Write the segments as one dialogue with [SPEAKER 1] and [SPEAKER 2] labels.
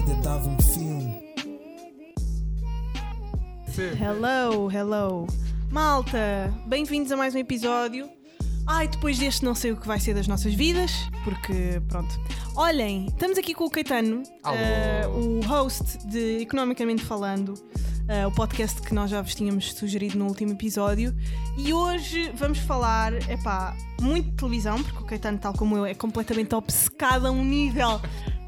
[SPEAKER 1] comentava um filme.
[SPEAKER 2] Hello, hello. Malta, bem-vindos a mais um episódio. Ai, depois deste não sei o que vai ser das nossas vidas, porque pronto. Olhem, estamos aqui com o Caetano,
[SPEAKER 3] Alô.
[SPEAKER 2] eh, o host de Economicamente Falando, eh, o podcast que nós já vos tínhamos sugerido no último episódio. E hoje vamos falar, epá, muito de televisão, porque o Caetano, tal como eu, é completamente obcecado a um nível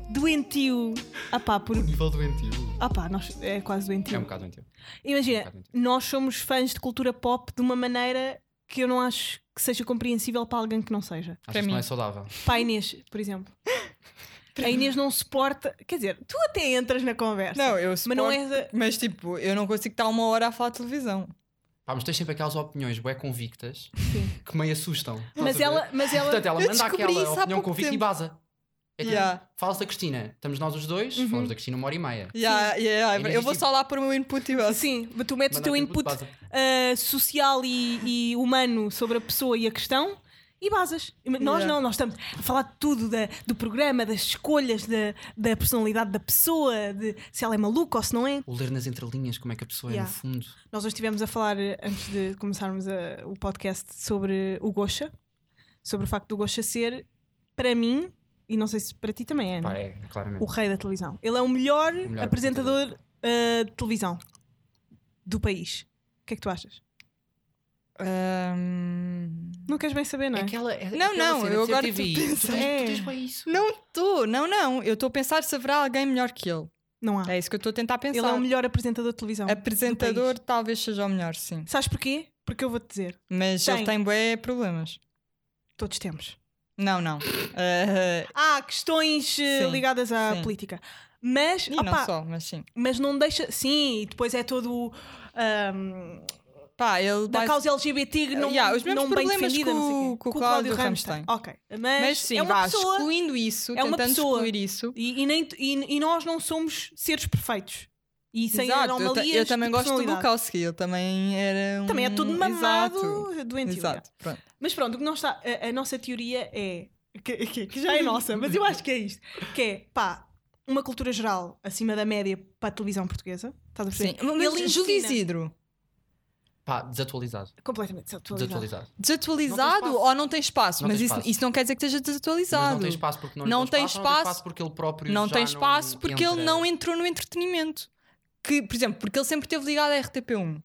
[SPEAKER 2] doentio. Epá, por...
[SPEAKER 3] O nível doentio.
[SPEAKER 2] Epá, nós... é quase doentio.
[SPEAKER 3] É um bocado doentio.
[SPEAKER 2] Imagina,
[SPEAKER 3] Claramente.
[SPEAKER 2] nós somos fãs de cultura pop de uma maneira que eu não acho que seja compreensível para alguém que não seja.
[SPEAKER 3] Acho que isso
[SPEAKER 4] mim.
[SPEAKER 3] não é saudável.
[SPEAKER 2] Para a Inês, por exemplo. A Inês não suporta. Quer dizer, tu até entras na conversa.
[SPEAKER 4] Não, eu
[SPEAKER 2] mas
[SPEAKER 4] suporto,
[SPEAKER 2] não é.
[SPEAKER 4] mas tipo, eu não consigo estar uma hora a falar de televisão.
[SPEAKER 3] Pá, mas tens sempre aquelas opiniões bué convictas
[SPEAKER 2] Sim.
[SPEAKER 3] que meio assustam. Estás a
[SPEAKER 2] Mas
[SPEAKER 3] ver?
[SPEAKER 2] ela, mas ela.
[SPEAKER 3] Portanto, ela
[SPEAKER 4] Eu
[SPEAKER 3] manda
[SPEAKER 4] descobri isso
[SPEAKER 3] aquela
[SPEAKER 4] há
[SPEAKER 3] opinião
[SPEAKER 4] pouco
[SPEAKER 3] convicta e
[SPEAKER 4] tempo.
[SPEAKER 3] baza. É tipo,
[SPEAKER 4] Yeah.
[SPEAKER 3] fala-se da Cristina. Estamos nós os dois,
[SPEAKER 4] Uhum.
[SPEAKER 3] falamos da Cristina uma hora e meia.
[SPEAKER 4] Yeah, yeah,
[SPEAKER 3] E nem
[SPEAKER 4] é, Eu vou
[SPEAKER 3] existe-
[SPEAKER 4] só lá pôr o meu input e eu assim.
[SPEAKER 2] Sim, mas tu metes o
[SPEAKER 3] Manda
[SPEAKER 2] teu
[SPEAKER 3] aquilo,
[SPEAKER 2] input
[SPEAKER 3] baza.
[SPEAKER 2] ah, social e, e humano sobre a pessoa e a questão e basas. Nós
[SPEAKER 4] Yeah.
[SPEAKER 2] não, nós estamos a falar de tudo, da- do programa, das escolhas, da, da personalidade da pessoa, de se ela é maluca ou se não é.
[SPEAKER 3] O ler nas entrelinhas, como é que a pessoa é
[SPEAKER 2] Yeah.
[SPEAKER 3] no fundo.
[SPEAKER 2] Nós hoje estivemos a falar, eh, antes de começarmos a- o podcast, sobre o Gosha, sobre o facto do Gosha ser, para mim, e não sei se para ti também é, não
[SPEAKER 3] Pá,
[SPEAKER 2] é?
[SPEAKER 3] é, claramente.
[SPEAKER 2] o rei da televisão. Ele é o melhor,
[SPEAKER 3] melhor
[SPEAKER 2] apresentador eh, de televisão do país. O que é que tu achas?
[SPEAKER 4] Ahm,
[SPEAKER 2] Não queres bem saber, não é?
[SPEAKER 3] Aquela, é-
[SPEAKER 4] Não,
[SPEAKER 3] aquela
[SPEAKER 4] não,
[SPEAKER 3] cena
[SPEAKER 4] eu
[SPEAKER 3] de ser
[SPEAKER 4] agora
[SPEAKER 3] TV.
[SPEAKER 4] estou
[SPEAKER 3] Tu
[SPEAKER 4] a
[SPEAKER 3] tens-
[SPEAKER 2] pensar.
[SPEAKER 3] tu tens bué isso.
[SPEAKER 4] não estou, não, não. Eu estou a pensar se haverá alguém melhor que ele.
[SPEAKER 2] Não há.
[SPEAKER 4] É isso que eu estou a tentar pensar.
[SPEAKER 2] Ele é o melhor apresentador de televisão.
[SPEAKER 4] Apresentador talvez seja o melhor, sim.
[SPEAKER 2] Sabes porquê? Porque eu vou-te dizer.
[SPEAKER 4] Mas
[SPEAKER 2] Tem.
[SPEAKER 4] ele tem bué problemas.
[SPEAKER 2] Todos temos.
[SPEAKER 4] Não, não. Ah,
[SPEAKER 2] Há questões eh,
[SPEAKER 4] Sim,
[SPEAKER 2] ligadas à
[SPEAKER 4] sim.
[SPEAKER 2] política. Mas,
[SPEAKER 4] e
[SPEAKER 2] opá,
[SPEAKER 4] não só, mas sim.
[SPEAKER 2] mas não deixa. Sim, e depois é todo. ahm,
[SPEAKER 4] Pá, ele
[SPEAKER 2] da
[SPEAKER 4] basi-
[SPEAKER 2] causa LGBT que não,
[SPEAKER 4] Uh, Yeah, os mesmos
[SPEAKER 2] não bem
[SPEAKER 4] problemas
[SPEAKER 2] defendida,
[SPEAKER 4] que
[SPEAKER 2] não sei
[SPEAKER 4] o-
[SPEAKER 2] quê.
[SPEAKER 4] que o
[SPEAKER 2] Com
[SPEAKER 4] Cláudio
[SPEAKER 2] Ramos
[SPEAKER 4] Ramos
[SPEAKER 2] tem. Ok, mas,
[SPEAKER 4] Mas sim,
[SPEAKER 2] é uma
[SPEAKER 4] vá,
[SPEAKER 2] pessoa
[SPEAKER 4] excluindo isso,
[SPEAKER 2] é uma
[SPEAKER 4] tentando
[SPEAKER 2] pessoa.
[SPEAKER 4] excluir isso.
[SPEAKER 2] e, e nem, e, e nós não somos seres perfeitos e sem
[SPEAKER 4] Exato, eu ta-
[SPEAKER 2] anomalias.
[SPEAKER 4] Eu, também
[SPEAKER 2] de
[SPEAKER 4] gosto do
[SPEAKER 2] personalidade.
[SPEAKER 4] Bukowski, ele também era um...
[SPEAKER 2] Também é todo mamado,
[SPEAKER 4] Exato,
[SPEAKER 2] doentio. yeah.
[SPEAKER 4] exato. Pronto.
[SPEAKER 2] Mas pronto, o que não está. A, a nossa teoria é. Que, que- que já é nossa, mas eu acho que é isto. Que é, pá, uma cultura geral acima da média para a televisão portuguesa. Estás a
[SPEAKER 4] Sim,
[SPEAKER 2] perceber?
[SPEAKER 4] mas
[SPEAKER 2] Ele né?
[SPEAKER 4] Júlio
[SPEAKER 2] ensina-
[SPEAKER 4] Isidro,
[SPEAKER 3] Pá, desatualizado.
[SPEAKER 2] Completamente desatualizado.
[SPEAKER 3] Desatualizado. Não
[SPEAKER 4] desatualizado
[SPEAKER 3] tem espaço.
[SPEAKER 4] ou não tem espaço?
[SPEAKER 3] Não
[SPEAKER 4] mas
[SPEAKER 3] tem
[SPEAKER 4] isso,
[SPEAKER 3] espaço.
[SPEAKER 4] isso não quer dizer que esteja
[SPEAKER 3] Mas
[SPEAKER 4] desatualizado.
[SPEAKER 3] não tem espaço porque não, lhe
[SPEAKER 4] Não
[SPEAKER 3] dão
[SPEAKER 4] tem
[SPEAKER 3] Não tem
[SPEAKER 4] espaço.
[SPEAKER 3] espaço porque ele próprio
[SPEAKER 4] Não
[SPEAKER 3] já
[SPEAKER 4] tem espaço porque
[SPEAKER 3] entra-
[SPEAKER 4] ele não entrou no entretenimento. Que, por exemplo, porque ele sempre esteve ligado à RTP1.
[SPEAKER 2] Uhum.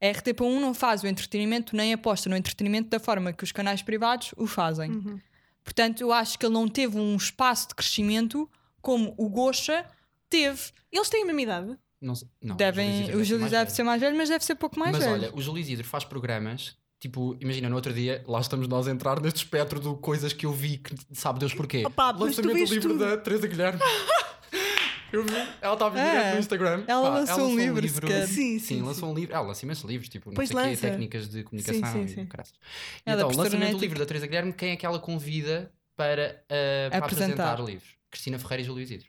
[SPEAKER 4] A RTP1 não faz o entretenimento nem aposta no entretenimento da forma que os canais privados o fazem.
[SPEAKER 2] Uhum.
[SPEAKER 4] Portanto, eu acho que ele não teve um espaço de crescimento como o Gosha teve.
[SPEAKER 2] Eles têm a mesma idade.
[SPEAKER 3] Não sei- não,
[SPEAKER 4] Devem, o
[SPEAKER 3] é
[SPEAKER 4] Júlio
[SPEAKER 3] assim, mais
[SPEAKER 4] deve
[SPEAKER 3] velho.
[SPEAKER 4] ser mais velho, mas deve ser pouco mais
[SPEAKER 3] Mas
[SPEAKER 4] velho.
[SPEAKER 3] olha, o Júlio Isidro faz programas. Tipo, imagina, no outro dia, lá estamos nós a entrar neste espectro de coisas que eu vi, que sabe Deus porquê.
[SPEAKER 2] Opa, Oh, mas tu
[SPEAKER 3] Lançamento
[SPEAKER 2] vês
[SPEAKER 3] do livro
[SPEAKER 2] tudo.
[SPEAKER 3] da Teresa Guilherme. eu vi, ela estava
[SPEAKER 4] É.
[SPEAKER 3] direto no Instagram.
[SPEAKER 4] Ela lançou um livro sequer.
[SPEAKER 2] Sim,
[SPEAKER 3] Sim,
[SPEAKER 2] sim,
[SPEAKER 3] lançou um livro. Ela lança imensos livros, tipo, não
[SPEAKER 2] Pois
[SPEAKER 3] sei o quê,
[SPEAKER 2] lança.
[SPEAKER 3] técnicas de comunicação.
[SPEAKER 2] sim,
[SPEAKER 3] e
[SPEAKER 2] sim.
[SPEAKER 3] caraças. E
[SPEAKER 4] Ela é
[SPEAKER 3] então,
[SPEAKER 4] professora na
[SPEAKER 3] lançamento do
[SPEAKER 4] ETIC.
[SPEAKER 3] livro da Teresa Guilherme, quem é que ela convida para, ah, para
[SPEAKER 4] Apresentar.
[SPEAKER 3] apresentar. livros? Cristina Ferreira e Júlio Isidro.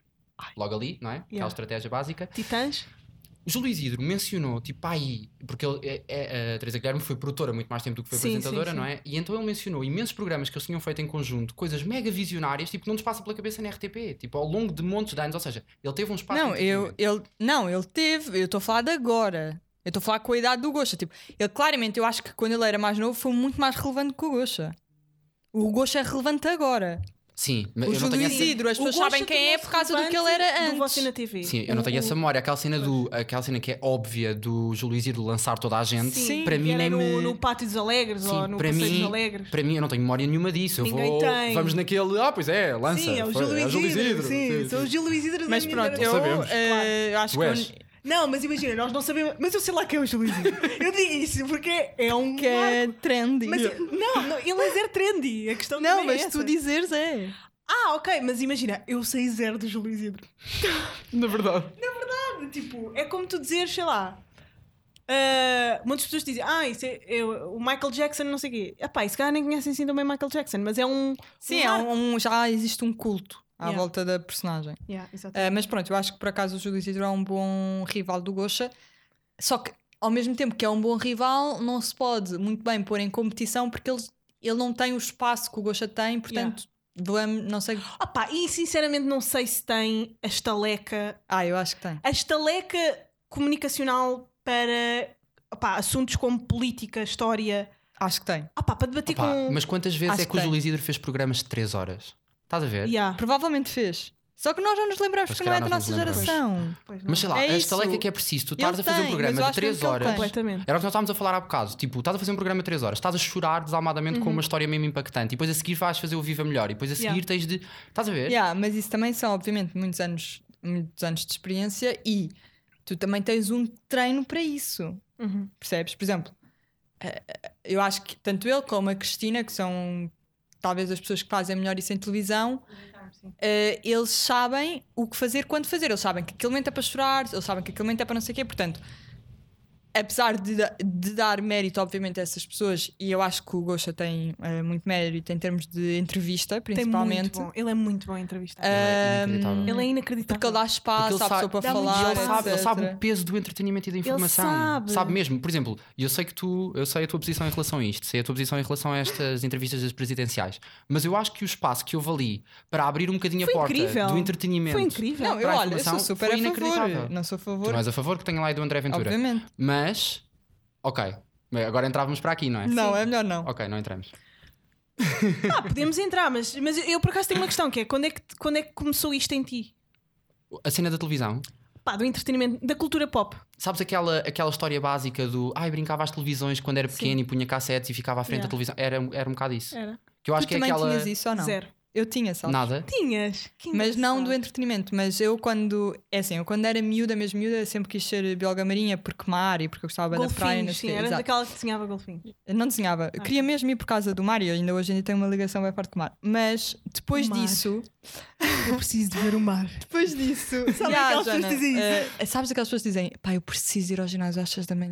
[SPEAKER 3] Logo ali, não é?
[SPEAKER 2] Yeah.
[SPEAKER 3] Aquela estratégia básica.
[SPEAKER 2] Titãs.
[SPEAKER 3] O Júlio Isidro mencionou, tipo, aí, porque ele, é- é- a Teresa Guilherme foi produtora muito mais tempo do que foi
[SPEAKER 2] Sim, sim,
[SPEAKER 3] apresentadora,
[SPEAKER 2] sim.
[SPEAKER 3] não é? E então ele mencionou imensos programas que eles tinham feito em conjunto, coisas mega visionárias, tipo, que não nos passa pela cabeça na RTP, tipo, ao longo de montes de anos, ou seja, ele teve um espaço.
[SPEAKER 4] Não,
[SPEAKER 3] de
[SPEAKER 4] eu,
[SPEAKER 3] entretenimento.
[SPEAKER 4] ele, não, ele teve, eu estou a falar de agora. Eu estou a falar com a idade do Gosha. Tipo, ele claramente, eu acho que quando ele era mais novo foi muito mais relevante que o Gosha. O Gosha é relevante agora.
[SPEAKER 3] Sim, mas
[SPEAKER 4] O
[SPEAKER 3] eu não
[SPEAKER 4] Júlio
[SPEAKER 3] tenho essa.
[SPEAKER 4] Isidro, as
[SPEAKER 2] O
[SPEAKER 4] pessoas
[SPEAKER 2] Gosha
[SPEAKER 4] sabem quem é por causa do que ele era
[SPEAKER 2] Do você
[SPEAKER 4] antes.
[SPEAKER 2] na TV.
[SPEAKER 3] Sim, eu não tenho essa memória. Aquela cena, do, aquela cena que é óbvia do Júlio Isidro lançar toda a gente,
[SPEAKER 4] Sim,
[SPEAKER 3] para
[SPEAKER 2] que
[SPEAKER 3] mim
[SPEAKER 2] era
[SPEAKER 3] nem
[SPEAKER 2] no,
[SPEAKER 3] me.
[SPEAKER 2] no Pátio dos Alegres
[SPEAKER 3] Sim,
[SPEAKER 2] ou no
[SPEAKER 3] para
[SPEAKER 2] Passeio
[SPEAKER 3] mim-
[SPEAKER 2] dos Alegres.
[SPEAKER 3] Para mim, eu não tenho memória nenhuma disso. Eu
[SPEAKER 2] Ninguém
[SPEAKER 3] vou.
[SPEAKER 2] tem.
[SPEAKER 3] Vamos naquele. Ah, pois é, lança.
[SPEAKER 2] Sim, é o
[SPEAKER 3] Foi-
[SPEAKER 2] Júlio
[SPEAKER 3] é o Júlio
[SPEAKER 2] Isidro. Sim,
[SPEAKER 3] Sim,
[SPEAKER 2] são
[SPEAKER 3] sim.
[SPEAKER 2] os Júlio Isidro da
[SPEAKER 4] Mas
[SPEAKER 2] minha
[SPEAKER 4] pronto, eu,
[SPEAKER 2] geração.
[SPEAKER 3] sabemos.
[SPEAKER 4] eh, eu acho
[SPEAKER 3] Tu
[SPEAKER 4] que
[SPEAKER 3] és.
[SPEAKER 4] eu-
[SPEAKER 2] Não, mas imagina, nós não sabemos. Mas eu sei lá quem é o Júlio Isidro. eu digo isso porque é um.
[SPEAKER 4] que é trendy.
[SPEAKER 2] Mas, não, não, ele é zero trendy. A questão
[SPEAKER 4] não,
[SPEAKER 2] também é
[SPEAKER 4] mas
[SPEAKER 2] essa.
[SPEAKER 4] tu dizeres é.
[SPEAKER 2] Ah, ok, mas imagina, eu sei zero do Júlio Isidro.
[SPEAKER 3] Na verdade.
[SPEAKER 2] Tipo, é como tu dizer, sei lá. ah, muitas pessoas dizem, ah, isso é, é o Michael Jackson, não sei o quê. Epá, esse cara nem conhecem assim também Michael Jackson, mas é um.
[SPEAKER 4] Sim, é
[SPEAKER 2] marco.
[SPEAKER 4] um, um- já existe um culto à
[SPEAKER 2] Yeah.
[SPEAKER 4] volta da personagem.
[SPEAKER 2] um- Yeah, exato.
[SPEAKER 4] Uh, mas pronto, eu acho que por acaso o Júlio Isidro é um bom rival do Gosha. Só que ao mesmo tempo que é um bom rival, não se pode muito bem pôr em competição porque ele, ele não tem o espaço que o Gosha tem, portanto Glam, não sei.
[SPEAKER 2] Opa, Ah, e sinceramente não sei se tem a estaleca,
[SPEAKER 4] Ah, eu acho que tem.
[SPEAKER 2] a estaleca comunicacional para opá, assuntos como política, história,
[SPEAKER 4] Acho que tem.
[SPEAKER 2] opá, para debater
[SPEAKER 3] Opa,
[SPEAKER 2] com.
[SPEAKER 3] Mas quantas vezes
[SPEAKER 4] Tipo um Acho
[SPEAKER 3] é que,
[SPEAKER 4] que
[SPEAKER 3] o
[SPEAKER 4] tem.
[SPEAKER 3] Júlio Isidro fez programas de 3 horas? Estás a ver?
[SPEAKER 2] um, Yeah.
[SPEAKER 4] Provavelmente fez. Só que nós já nos lembramos
[SPEAKER 3] Mas
[SPEAKER 4] porque não é
[SPEAKER 3] calhar
[SPEAKER 4] da
[SPEAKER 3] nós
[SPEAKER 4] nossa
[SPEAKER 3] não nos
[SPEAKER 4] geração.
[SPEAKER 2] Pois não.
[SPEAKER 3] Mas sei lá,
[SPEAKER 4] É
[SPEAKER 3] a
[SPEAKER 4] isso.
[SPEAKER 3] estaleca que é preciso, tu estás
[SPEAKER 4] Ele
[SPEAKER 3] a fazer
[SPEAKER 4] tem,
[SPEAKER 3] um
[SPEAKER 4] mas
[SPEAKER 3] programa
[SPEAKER 4] eu
[SPEAKER 3] de
[SPEAKER 4] acho
[SPEAKER 3] 3
[SPEAKER 4] mesmo que ele
[SPEAKER 3] horas.
[SPEAKER 4] tem.
[SPEAKER 2] Completamente.
[SPEAKER 3] Era o que nós estávamos a falar há bocado. Tipo, estás a fazer um programa de 3 horas, estás a chorar desalmadamente
[SPEAKER 4] Uhum.
[SPEAKER 3] com uma história mesmo impactante, e depois a seguir vais fazer o Viva Melhor, e depois a seguir
[SPEAKER 2] Yeah.
[SPEAKER 3] tens de. Estás a ver?
[SPEAKER 4] Yeah, mas isso também são, obviamente, muitos anos, muitos anos de experiência e tu também tens um treino para isso.
[SPEAKER 2] Uhum.
[SPEAKER 4] Percebes? Por exemplo, eh, eh, eu acho que tanto ele como a Cristina, que são talvez as pessoas que fazem melhor isso em televisão, eh, eles sabem o que fazer quando fazer. Eles sabem que aquele momento é para chorar, eles sabem que aquele momento é para não sei o quê. Portanto, apesar de, da- de dar mérito, obviamente, a essas pessoas, e eu acho que o Gosha tem eh, muito mérito em termos de entrevista,
[SPEAKER 2] Tem
[SPEAKER 4] principalmente. Ah,
[SPEAKER 2] muito bom. Ele é muito bom em entrevista.
[SPEAKER 3] Ele é
[SPEAKER 4] Um,
[SPEAKER 3] inacreditável.
[SPEAKER 2] Ele é inacreditável.
[SPEAKER 4] Porque ele dá
[SPEAKER 3] Porque
[SPEAKER 4] espaço
[SPEAKER 3] ele
[SPEAKER 4] à
[SPEAKER 3] Ah, sabe-
[SPEAKER 4] pessoa para
[SPEAKER 2] dá muito
[SPEAKER 4] falar.
[SPEAKER 3] E ele sabe, ele
[SPEAKER 4] etc.
[SPEAKER 3] sabe o peso do entretenimento e da informação.
[SPEAKER 2] sabe.
[SPEAKER 3] mesmo. Por exemplo, eu sei que tu, eu sei a tua posição em relação a isto, sei a tua posição em relação a estas entrevistas das presidenciais, mas eu acho que o espaço que houve ali para abrir um bocadinho
[SPEAKER 2] Foi
[SPEAKER 3] a porta
[SPEAKER 2] incrível.
[SPEAKER 3] do entretenimento.
[SPEAKER 2] Foi incrível.
[SPEAKER 4] Não, eu
[SPEAKER 3] Para a
[SPEAKER 4] olho, eu sou
[SPEAKER 3] informação,
[SPEAKER 4] super
[SPEAKER 3] foi
[SPEAKER 4] a
[SPEAKER 3] inacreditável.
[SPEAKER 4] favor. Não sou a
[SPEAKER 3] Tu não
[SPEAKER 4] favor,
[SPEAKER 3] és a favor que tenha lá e do André Ventura.
[SPEAKER 4] obviamente.
[SPEAKER 3] Mas, ok. Bem, Agora entrávamos para aqui, não é?
[SPEAKER 4] Não, é melhor não.
[SPEAKER 3] Ok, não entramos.
[SPEAKER 2] Ah, podemos entrar, mas, mas eu por acaso tenho uma questão que é quando é que, quando é que começou isto em ti?
[SPEAKER 3] A cena da televisão.
[SPEAKER 2] Pá, do entretenimento, da cultura pop.
[SPEAKER 3] Sabes aquela, aquela história básica do ai, brincava às televisões quando era pequeno e punha cassetes e ficava à frente
[SPEAKER 2] Yeah.
[SPEAKER 3] da televisão? Era, era um bocado isso.
[SPEAKER 2] Era.
[SPEAKER 3] Que eu acho
[SPEAKER 4] tu
[SPEAKER 3] que é
[SPEAKER 4] também
[SPEAKER 3] aquela.
[SPEAKER 4] tinhas isso ou não?
[SPEAKER 2] Zero.
[SPEAKER 4] Eu tinha, sabes?
[SPEAKER 3] Nada.
[SPEAKER 2] Tinhas. Que
[SPEAKER 4] Mas não
[SPEAKER 2] engraçado.
[SPEAKER 4] do entretenimento, mas eu quando. É assim, eu quando era miúda, mesmo miúda, sempre quis ser bióloga marinha porque mar e porque eu gostava da praia.
[SPEAKER 2] Golfinhos,
[SPEAKER 4] Não,
[SPEAKER 2] sim,
[SPEAKER 4] sei, o quê.
[SPEAKER 2] era
[SPEAKER 4] Exato.
[SPEAKER 2] daquela que desenhava golfinhos.
[SPEAKER 4] Eu não desenhava.
[SPEAKER 2] Ah.
[SPEAKER 4] Eu Queria mesmo ir por causa do mar e ainda hoje ainda tenho uma ligação bem forte com o mar. Mas depois
[SPEAKER 2] Mar.
[SPEAKER 4] disso.
[SPEAKER 2] Eu preciso de ver o mar.
[SPEAKER 4] Depois disso.
[SPEAKER 2] Sabe
[SPEAKER 4] Ya,
[SPEAKER 2] aquelas pessoas que
[SPEAKER 4] Joana,
[SPEAKER 2] dizem
[SPEAKER 4] eh, sabes aquelas pessoas que dizem, pá, eu preciso ir ao ginásio às 6 da manhã.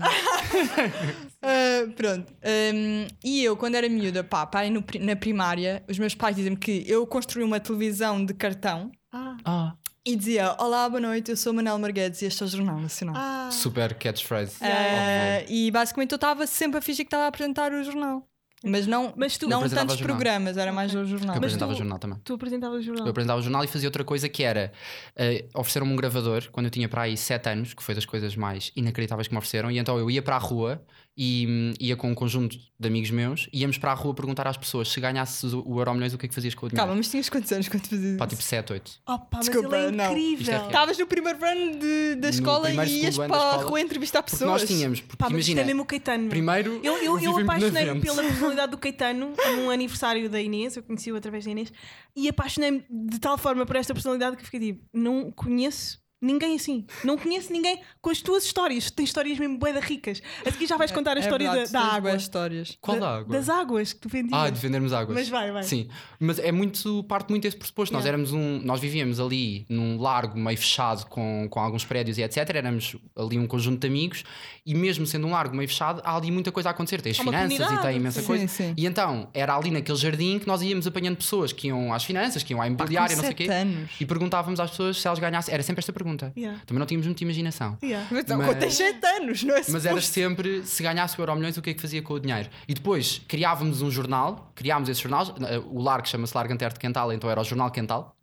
[SPEAKER 4] Eh, pronto. Hum, e eu, quando era miúda, pá, pá, no pri- na primária, os meus pais dizem-me que eu construí uma televisão de cartão
[SPEAKER 2] Ah,
[SPEAKER 3] Ah.
[SPEAKER 4] e dizia: Olá, boa noite, eu sou Manel Marguedes e este é o Jornal Nacional.
[SPEAKER 2] ah.
[SPEAKER 3] Super catchphrase.
[SPEAKER 2] É.
[SPEAKER 4] Eh,
[SPEAKER 3] Óbvio.
[SPEAKER 4] e basicamente eu estava sempre a fingir que estava a apresentar o jornal. Mas não,
[SPEAKER 2] Mas tu-
[SPEAKER 4] não
[SPEAKER 3] Apresentava
[SPEAKER 4] tantos
[SPEAKER 3] jornal.
[SPEAKER 4] programas, era mais o jornal.
[SPEAKER 3] Eu
[SPEAKER 2] Mas
[SPEAKER 3] apresentava
[SPEAKER 2] tu- Ah.
[SPEAKER 3] jornal também.
[SPEAKER 2] Tu apresentavas o jornal.
[SPEAKER 3] Eu apresentava jornal e fazia outra coisa que era eh, ofereceram-me um gravador quando eu tinha para aí 7 anos, que foi das coisas mais inacreditáveis que me ofereceram. E então eu ia para a rua e hum, ia com um conjunto de amigos meus, íamos para a rua perguntar às pessoas se ganhasses o, o Euro Milhões o que é que fazias com o dinheiro.
[SPEAKER 4] Calma, mas tinhas quantos anos quando fazias
[SPEAKER 3] Pá,
[SPEAKER 4] isso?
[SPEAKER 3] tipo 7, 8.
[SPEAKER 2] Opa, mas
[SPEAKER 4] Desculpa,
[SPEAKER 2] ele é
[SPEAKER 4] não.
[SPEAKER 3] Isto é
[SPEAKER 2] incrível.
[SPEAKER 3] real.
[SPEAKER 4] Estavas no primeiro ano de- da
[SPEAKER 3] No
[SPEAKER 4] escola
[SPEAKER 3] primeiro,
[SPEAKER 4] e ias
[SPEAKER 3] segundo
[SPEAKER 4] para
[SPEAKER 3] ano da
[SPEAKER 4] a
[SPEAKER 3] escola.
[SPEAKER 4] rua entrevistar
[SPEAKER 3] Porque
[SPEAKER 4] pessoas.
[SPEAKER 3] nós tínhamos, porque
[SPEAKER 2] Pá, mas isto
[SPEAKER 3] imagina,
[SPEAKER 2] é mesmo o Caetano. meu.
[SPEAKER 3] primeiro
[SPEAKER 2] Eu, eu, eu
[SPEAKER 3] vivem-me na
[SPEAKER 2] apaixonei-me
[SPEAKER 3] vente.
[SPEAKER 2] pela personalidade do Caetano num aniversário da Inês, eu conheci-o através da Inês, e apaixonei-me de tal forma por esta personalidade que fiquei tipo, não conheço ninguém assim. Não conheço ninguém com as tuas histórias. Tu Tens histórias mesmo bué da ricas. A seguir já vais contar a
[SPEAKER 4] É
[SPEAKER 2] história
[SPEAKER 4] verdade,
[SPEAKER 2] da, da
[SPEAKER 4] tens
[SPEAKER 2] água.
[SPEAKER 4] boas histórias.
[SPEAKER 3] Qual
[SPEAKER 2] Da-
[SPEAKER 3] da água?
[SPEAKER 2] Das águas que tu vendias.
[SPEAKER 3] Ah, de vendermos águas.
[SPEAKER 2] Mas vai, vai.
[SPEAKER 3] Sim, mas é muito parte muito desse pressuposto. Nós
[SPEAKER 2] Yeah.
[SPEAKER 3] éramos um, nós vivíamos ali num largo meio fechado com, com alguns prédios e etc. Éramos ali um conjunto de amigos e mesmo sendo um largo meio fechado, há ali muita coisa a acontecer. Tens
[SPEAKER 2] Há uma
[SPEAKER 3] finanças e
[SPEAKER 2] comunidade,
[SPEAKER 3] tem imensa
[SPEAKER 4] sim.
[SPEAKER 3] coisa.
[SPEAKER 4] Sim, sim.
[SPEAKER 3] E então era ali naquele jardim que nós íamos apanhando pessoas que iam às finanças, que iam à imobiliária, não sei o quê,
[SPEAKER 4] anos.
[SPEAKER 3] e perguntávamos às pessoas se elas ganhassem. Era sempre esta pergunta.
[SPEAKER 2] Yeah.
[SPEAKER 3] Também não tínhamos muita imaginação.
[SPEAKER 2] Yeah.
[SPEAKER 4] Mas, não,
[SPEAKER 3] Mas-
[SPEAKER 4] quando tens 7 anos, não é?
[SPEAKER 3] Mas era sempre se ganhasse o Euro Milhões, o que é que fazia com o dinheiro? E depois criávamos um jornal, criámos esse jornal, eh, o LAR que chama-se Largo Antero de Quental, então era o Jornal Quental,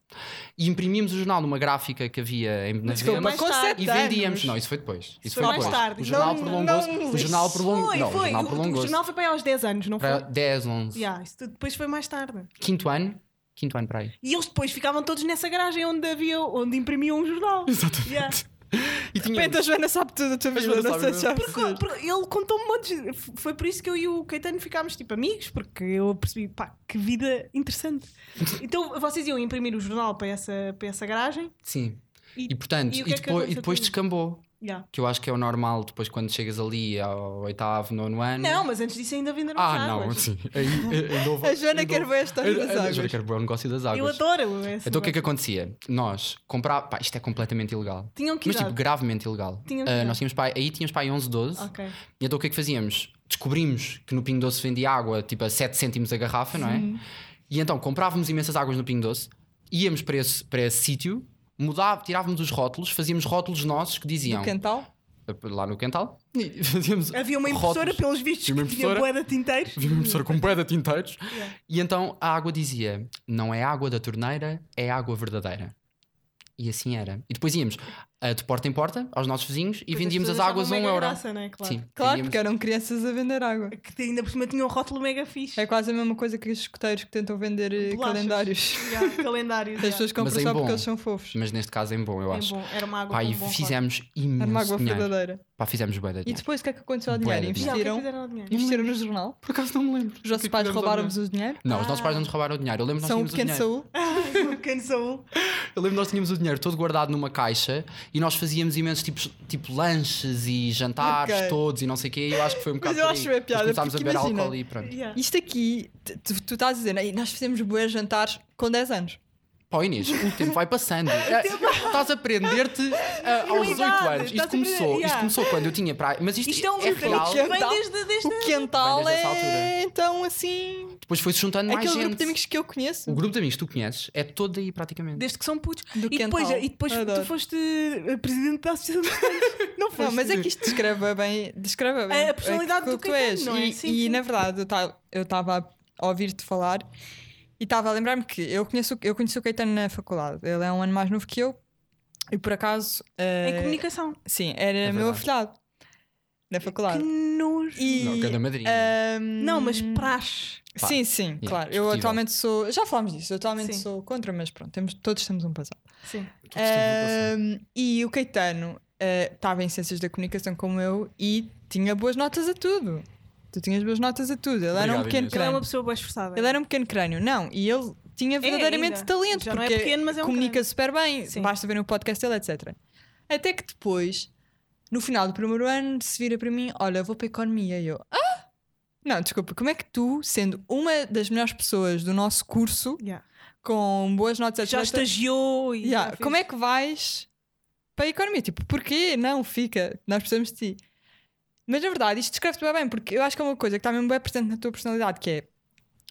[SPEAKER 3] e imprimimos o jornal numa gráfica que havia em Benavides
[SPEAKER 4] Desculpa,
[SPEAKER 2] Mais
[SPEAKER 4] com
[SPEAKER 2] tarde.
[SPEAKER 4] 7
[SPEAKER 3] e
[SPEAKER 4] anos.
[SPEAKER 3] vendíamos. Não, isso foi depois. Isso
[SPEAKER 2] Foi
[SPEAKER 3] foi,
[SPEAKER 2] mais
[SPEAKER 3] depois.
[SPEAKER 2] tarde.
[SPEAKER 3] O jornal
[SPEAKER 4] Não-
[SPEAKER 3] prolongou-se.
[SPEAKER 4] não-
[SPEAKER 3] O jornal
[SPEAKER 2] Foi,
[SPEAKER 3] prolongou-se. Não, o
[SPEAKER 2] foi.
[SPEAKER 3] jornal
[SPEAKER 2] O, o
[SPEAKER 3] prolongou-se.
[SPEAKER 2] jornal foi para aí aos 10 anos, não
[SPEAKER 3] Para
[SPEAKER 2] foi?
[SPEAKER 3] 10, 11.
[SPEAKER 2] Yeah, isso tudo depois foi mais tarde.
[SPEAKER 3] Quinto ano. Quinto ano para aí.
[SPEAKER 2] E eles depois ficavam todos nessa garagem onde havia, onde imprimiam um jornal.
[SPEAKER 3] Exatamente.
[SPEAKER 2] Yeah.
[SPEAKER 3] E
[SPEAKER 4] De
[SPEAKER 3] tínhamos-
[SPEAKER 4] repente a Joana sabe tudo da tua
[SPEAKER 3] A
[SPEAKER 4] vida,
[SPEAKER 3] Joana
[SPEAKER 4] não
[SPEAKER 3] sabe,
[SPEAKER 4] sei
[SPEAKER 3] não
[SPEAKER 4] se
[SPEAKER 3] é?
[SPEAKER 4] já
[SPEAKER 2] Porque,
[SPEAKER 4] percebes.
[SPEAKER 2] porque ele contou-me um monte. de- Foi por isso que eu e o Caetano ficámos tipo amigos, porque eu percebi, pá, que vida interessante. Então vocês iam imprimir o jornal para essa, para essa garagem
[SPEAKER 3] Sim.
[SPEAKER 2] e.
[SPEAKER 3] E portanto,
[SPEAKER 2] e
[SPEAKER 3] e,
[SPEAKER 2] o que é que
[SPEAKER 3] depois,
[SPEAKER 2] aconteceu
[SPEAKER 3] e depois
[SPEAKER 2] com isso?
[SPEAKER 3] descambou.
[SPEAKER 2] Yeah.
[SPEAKER 3] Que eu acho que é o normal depois quando chegas ali ao oitavo, nono ano.
[SPEAKER 2] Não, mas antes disso ainda venderam
[SPEAKER 3] Ah,
[SPEAKER 2] as
[SPEAKER 3] não,
[SPEAKER 2] águas.
[SPEAKER 3] sim. Aí, eh, ainda houve-
[SPEAKER 4] A Joana
[SPEAKER 3] ainda
[SPEAKER 4] quer
[SPEAKER 3] houve-
[SPEAKER 4] ver a história
[SPEAKER 3] A- a-
[SPEAKER 4] das
[SPEAKER 3] A Joana
[SPEAKER 4] águas.
[SPEAKER 3] quer ver o negócio das águas.
[SPEAKER 2] Eu adoro essa.
[SPEAKER 3] Então o que é que acontecia? Nós comprávamos. Pá, isto é completamente ilegal.
[SPEAKER 2] Tinham que
[SPEAKER 3] Mas
[SPEAKER 2] idade?
[SPEAKER 3] tipo, gravemente ilegal.
[SPEAKER 2] Tinham que
[SPEAKER 3] Ah,
[SPEAKER 2] idade?
[SPEAKER 3] nós tínhamos pai, aí tínhamos pai 11, 12.
[SPEAKER 2] Ok.
[SPEAKER 3] E então o que é que fazíamos? Descobrimos que no Pingo Doce vendia água tipo a 7 cêntimos a garrafa, não é? E então comprávamos imensas águas no Pingo Doce, íamos para esse, para esse sítio, mudava, tirávamos os rótulos, fazíamos rótulos nossos que diziam
[SPEAKER 4] Quental?
[SPEAKER 3] lá no quintal e fazíamos
[SPEAKER 2] Havia uma impressora,
[SPEAKER 3] rótulos.
[SPEAKER 2] pelos vistos,
[SPEAKER 3] Havia uma
[SPEAKER 2] que tinha
[SPEAKER 3] impressora.
[SPEAKER 2] bué de tinteiros.
[SPEAKER 3] Havia uma impressora com bué de tinteiros.
[SPEAKER 2] Uhum. Yeah.
[SPEAKER 3] E então a água dizia: não é água da torneira, é água verdadeira. E assim era. E depois íamos ah, de porta em porta aos nossos vizinhos e
[SPEAKER 2] Pois,
[SPEAKER 3] vendíamos as
[SPEAKER 2] pessoas
[SPEAKER 3] águas a
[SPEAKER 2] achavam
[SPEAKER 3] um
[SPEAKER 2] mega
[SPEAKER 3] euro.
[SPEAKER 2] graça, né? claro.
[SPEAKER 3] Sim,
[SPEAKER 4] Claro,
[SPEAKER 3] vendíamos-
[SPEAKER 4] porque eram crianças a vender água.
[SPEAKER 2] Que ainda por cima tinha um rótulo mega fixe.
[SPEAKER 4] É quase a mesma coisa que os escuteiros que tentam vender eh,
[SPEAKER 2] Bolachas.
[SPEAKER 4] calendários.
[SPEAKER 2] Yeah, calendário.
[SPEAKER 4] As pessoas compram
[SPEAKER 3] em
[SPEAKER 4] só
[SPEAKER 3] é bom.
[SPEAKER 4] porque eles são fofos.
[SPEAKER 3] Mas neste caso em bom, eu
[SPEAKER 2] É
[SPEAKER 3] acho.
[SPEAKER 2] bom, era uma água
[SPEAKER 3] Pá,
[SPEAKER 2] com
[SPEAKER 3] e
[SPEAKER 2] um bom
[SPEAKER 3] fizemos
[SPEAKER 4] Era uma
[SPEAKER 3] imenso
[SPEAKER 4] água
[SPEAKER 3] dinheiro.
[SPEAKER 4] verdadeira.
[SPEAKER 3] Pá, fizemos bué de
[SPEAKER 4] E
[SPEAKER 3] dinheiro.
[SPEAKER 4] depois o que é que aconteceu ao
[SPEAKER 3] Bué
[SPEAKER 4] dinheiro?
[SPEAKER 3] de
[SPEAKER 2] rótulo. Já, o que é que
[SPEAKER 4] Investiram,
[SPEAKER 2] fizeram ao dinheiro?
[SPEAKER 4] investiram no jornal.
[SPEAKER 3] Por acaso não me lembro.
[SPEAKER 4] Os vossos pais roubaram-vos o dinheiro.
[SPEAKER 3] Não, os nossos
[SPEAKER 2] Ah.
[SPEAKER 3] pais não nos roubaram o dinheiro. Eu lembro nós
[SPEAKER 4] São um
[SPEAKER 3] tínhamos o
[SPEAKER 4] pequeno
[SPEAKER 3] dinheiro.
[SPEAKER 4] Saúl.
[SPEAKER 2] Ai, o pequeno Saúl.
[SPEAKER 3] Eu lembro nós tínhamos o dinheiro todo guardado numa caixa e nós fazíamos imensos tipos, tipo lanches e jantares
[SPEAKER 4] Ok.
[SPEAKER 3] todos e não sei o quê. E eu acho que foi um
[SPEAKER 4] Mas
[SPEAKER 3] bocado.
[SPEAKER 4] eu
[SPEAKER 3] por
[SPEAKER 4] acho
[SPEAKER 3] aí.
[SPEAKER 4] bem
[SPEAKER 3] Depois
[SPEAKER 4] piada,
[SPEAKER 3] Começámos a
[SPEAKER 4] porque
[SPEAKER 3] beber
[SPEAKER 4] imagina-
[SPEAKER 3] álcool e pronto.
[SPEAKER 2] Yeah.
[SPEAKER 4] Isto aqui, tu, tu- tu estás a dizer, "Ei, nós fizemos boas jantares com 10 anos.
[SPEAKER 3] Pá, Inês, o tempo vai passando. É, Estás a prender-te
[SPEAKER 4] É
[SPEAKER 3] ah,
[SPEAKER 2] Uma
[SPEAKER 3] aos 18
[SPEAKER 2] idade,
[SPEAKER 3] anos.
[SPEAKER 2] estás a
[SPEAKER 3] Isto
[SPEAKER 2] aprender,
[SPEAKER 3] começou,
[SPEAKER 2] yeah.
[SPEAKER 3] isto começou quando eu tinha praia. Mas isto,
[SPEAKER 2] Isto é um livro
[SPEAKER 3] real.
[SPEAKER 2] que vem desde, desde...
[SPEAKER 4] O
[SPEAKER 3] Bem,
[SPEAKER 4] quental
[SPEAKER 3] desde essa
[SPEAKER 4] é então assim.
[SPEAKER 3] Depois foi-se juntando mais
[SPEAKER 4] aquele
[SPEAKER 3] gente.
[SPEAKER 4] grupo de amigos que eu conheço.
[SPEAKER 3] O grupo de amigos que tu conheces é todo aí praticamente.
[SPEAKER 2] Desde que são putos.
[SPEAKER 4] Do
[SPEAKER 2] e, depois,
[SPEAKER 4] quental.
[SPEAKER 2] e depois
[SPEAKER 4] Adoro.
[SPEAKER 2] tu foste eh, presidente da Associação dos Cães. Não foste.
[SPEAKER 4] Não, mas é que isto descreve bem, descreve bem
[SPEAKER 2] a personalidade
[SPEAKER 4] aquilo
[SPEAKER 2] do
[SPEAKER 4] que tu
[SPEAKER 2] Caetano,
[SPEAKER 4] és.
[SPEAKER 2] não é?
[SPEAKER 4] E,
[SPEAKER 2] Sim,
[SPEAKER 4] e,
[SPEAKER 2] sim.
[SPEAKER 4] na verdade, eu ta- eu estava a ouvir-te falar e estava a lembrar-me que eu, conheço, eu conheci o Caetano na faculdade. Ele é um ano mais novo que eu e por acaso.
[SPEAKER 2] Em
[SPEAKER 4] eh,
[SPEAKER 2] é comunicação.
[SPEAKER 4] sim, era meu
[SPEAKER 3] É verdade.
[SPEAKER 4] afilhado na
[SPEAKER 2] Que
[SPEAKER 4] faculdade.
[SPEAKER 2] nojo.
[SPEAKER 4] E,
[SPEAKER 3] Não, cada madrinha.
[SPEAKER 4] eh, ahm,
[SPEAKER 2] Não, mas praxe.
[SPEAKER 3] Pá,
[SPEAKER 4] Sim, sim,
[SPEAKER 3] é
[SPEAKER 4] claro. Eu
[SPEAKER 3] discutível.
[SPEAKER 4] atualmente sou. Já falámos disso, eu atualmente
[SPEAKER 2] Sim.
[SPEAKER 4] sou contra, mas pronto, temos, todos temos um passado.
[SPEAKER 2] Sim.
[SPEAKER 3] Todos temos
[SPEAKER 4] eh,
[SPEAKER 3] um passado.
[SPEAKER 4] Ahm, e o Caetano ah, estava em Ciências da Comunicação como eu e tinha boas notas a tudo. Tu tinhas boas notas a tudo. Ele era um
[SPEAKER 3] Obrigado,
[SPEAKER 4] pequeno
[SPEAKER 3] Inês.
[SPEAKER 2] Ele é uma
[SPEAKER 4] crânio.
[SPEAKER 2] pessoa bem esforçada.
[SPEAKER 4] Ele era um pequeno crânio, não. E ele tinha verdadeiramente
[SPEAKER 2] É, ainda.
[SPEAKER 4] talento.
[SPEAKER 2] Já não é
[SPEAKER 4] porque
[SPEAKER 2] pequeno, mas é um
[SPEAKER 4] Comunica
[SPEAKER 2] crânio.
[SPEAKER 4] super bem,
[SPEAKER 2] Sim.
[SPEAKER 4] basta ver no podcast dele, etc. Até que depois, no final do primeiro ano, se vira para mim: Olha, eu vou para a economia. E eu, ah! Não, desculpa, como é que tu, sendo uma das melhores pessoas do nosso curso,
[SPEAKER 2] Yeah.
[SPEAKER 4] com boas notas, etc.
[SPEAKER 2] Já estagiou e.
[SPEAKER 4] Yeah,
[SPEAKER 2] já fez-
[SPEAKER 4] Como é que vais para a economia? Tipo, porquê? Não, fica, nós precisamos de ti. Mas na verdade, isto descreve-te bem, bem, porque eu acho que é uma coisa que está mesmo bem presente na tua personalidade, que é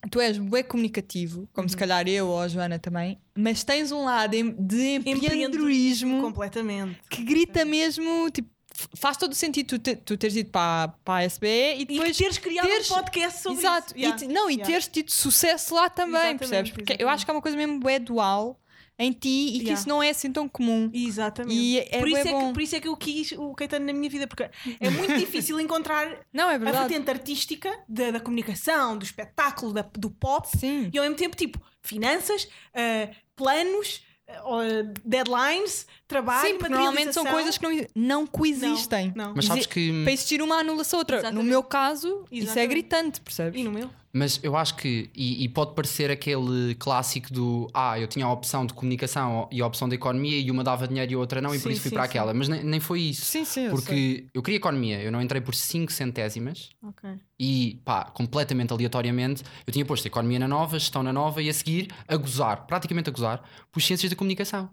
[SPEAKER 4] tu és bem comunicativo, como se
[SPEAKER 2] Uhum.
[SPEAKER 4] calhar eu ou a Joana também, mas tens um lado em- de empreendedorismo
[SPEAKER 2] Completamente.
[SPEAKER 4] que grita mesmo, tipo, f- faz todo o sentido tu, te- tu teres ido para, para a SBE e
[SPEAKER 2] E
[SPEAKER 4] depois.
[SPEAKER 2] teres criado
[SPEAKER 4] teres-
[SPEAKER 2] um podcast sobre
[SPEAKER 4] Exato,
[SPEAKER 2] isso. Yeah.
[SPEAKER 4] e te- não, e
[SPEAKER 2] Yeah.
[SPEAKER 4] teres tido sucesso lá também,
[SPEAKER 2] Exatamente,
[SPEAKER 4] percebes? Porque eu
[SPEAKER 2] exatamente.
[SPEAKER 4] acho que é uma coisa mesmo bué dual em ti e que
[SPEAKER 2] Yeah.
[SPEAKER 4] isso não é assim tão comum.
[SPEAKER 2] Exatamente.
[SPEAKER 4] E é
[SPEAKER 2] por, isso
[SPEAKER 4] bué
[SPEAKER 2] é
[SPEAKER 4] bom.
[SPEAKER 2] que, por isso é que eu quis o Caetano na minha vida, porque é muito difícil encontrar
[SPEAKER 4] Não, é
[SPEAKER 2] a
[SPEAKER 4] verdade.
[SPEAKER 2] vertente artística da, da comunicação, do espetáculo, da- do pop,
[SPEAKER 4] Sim.
[SPEAKER 2] e ao mesmo tempo, tipo, finanças, ah, planos, ah, oh, deadlines, trabalho,
[SPEAKER 4] Sim, porque normalmente são coisas que não, não coexistem.
[SPEAKER 2] Não, não.
[SPEAKER 3] Mas sabes que. hum,
[SPEAKER 4] Para existir uma anula-se a outra. No
[SPEAKER 2] Exatamente.
[SPEAKER 4] meu caso, isso é
[SPEAKER 2] Exatamente.
[SPEAKER 4] gritante, percebes?
[SPEAKER 2] E é no meu?
[SPEAKER 3] Mas eu acho que, e, e pode parecer aquele clássico do ah, eu tinha a opção de comunicação e a opção de economia e uma dava dinheiro e a outra não, e
[SPEAKER 2] Sim,
[SPEAKER 3] por isso fui
[SPEAKER 2] sim,
[SPEAKER 3] para
[SPEAKER 2] sim.
[SPEAKER 3] aquela. Mas nem, nem foi isso.
[SPEAKER 4] Sim, sim, eu sei.
[SPEAKER 3] porque eu queria economia, eu não entrei por 5 centésimas
[SPEAKER 2] Ok.
[SPEAKER 3] e pá, completamente aleatoriamente, eu tinha posto economia na nova, gestão na nova e a seguir a gozar, praticamente a gozar, por ciências da comunicação.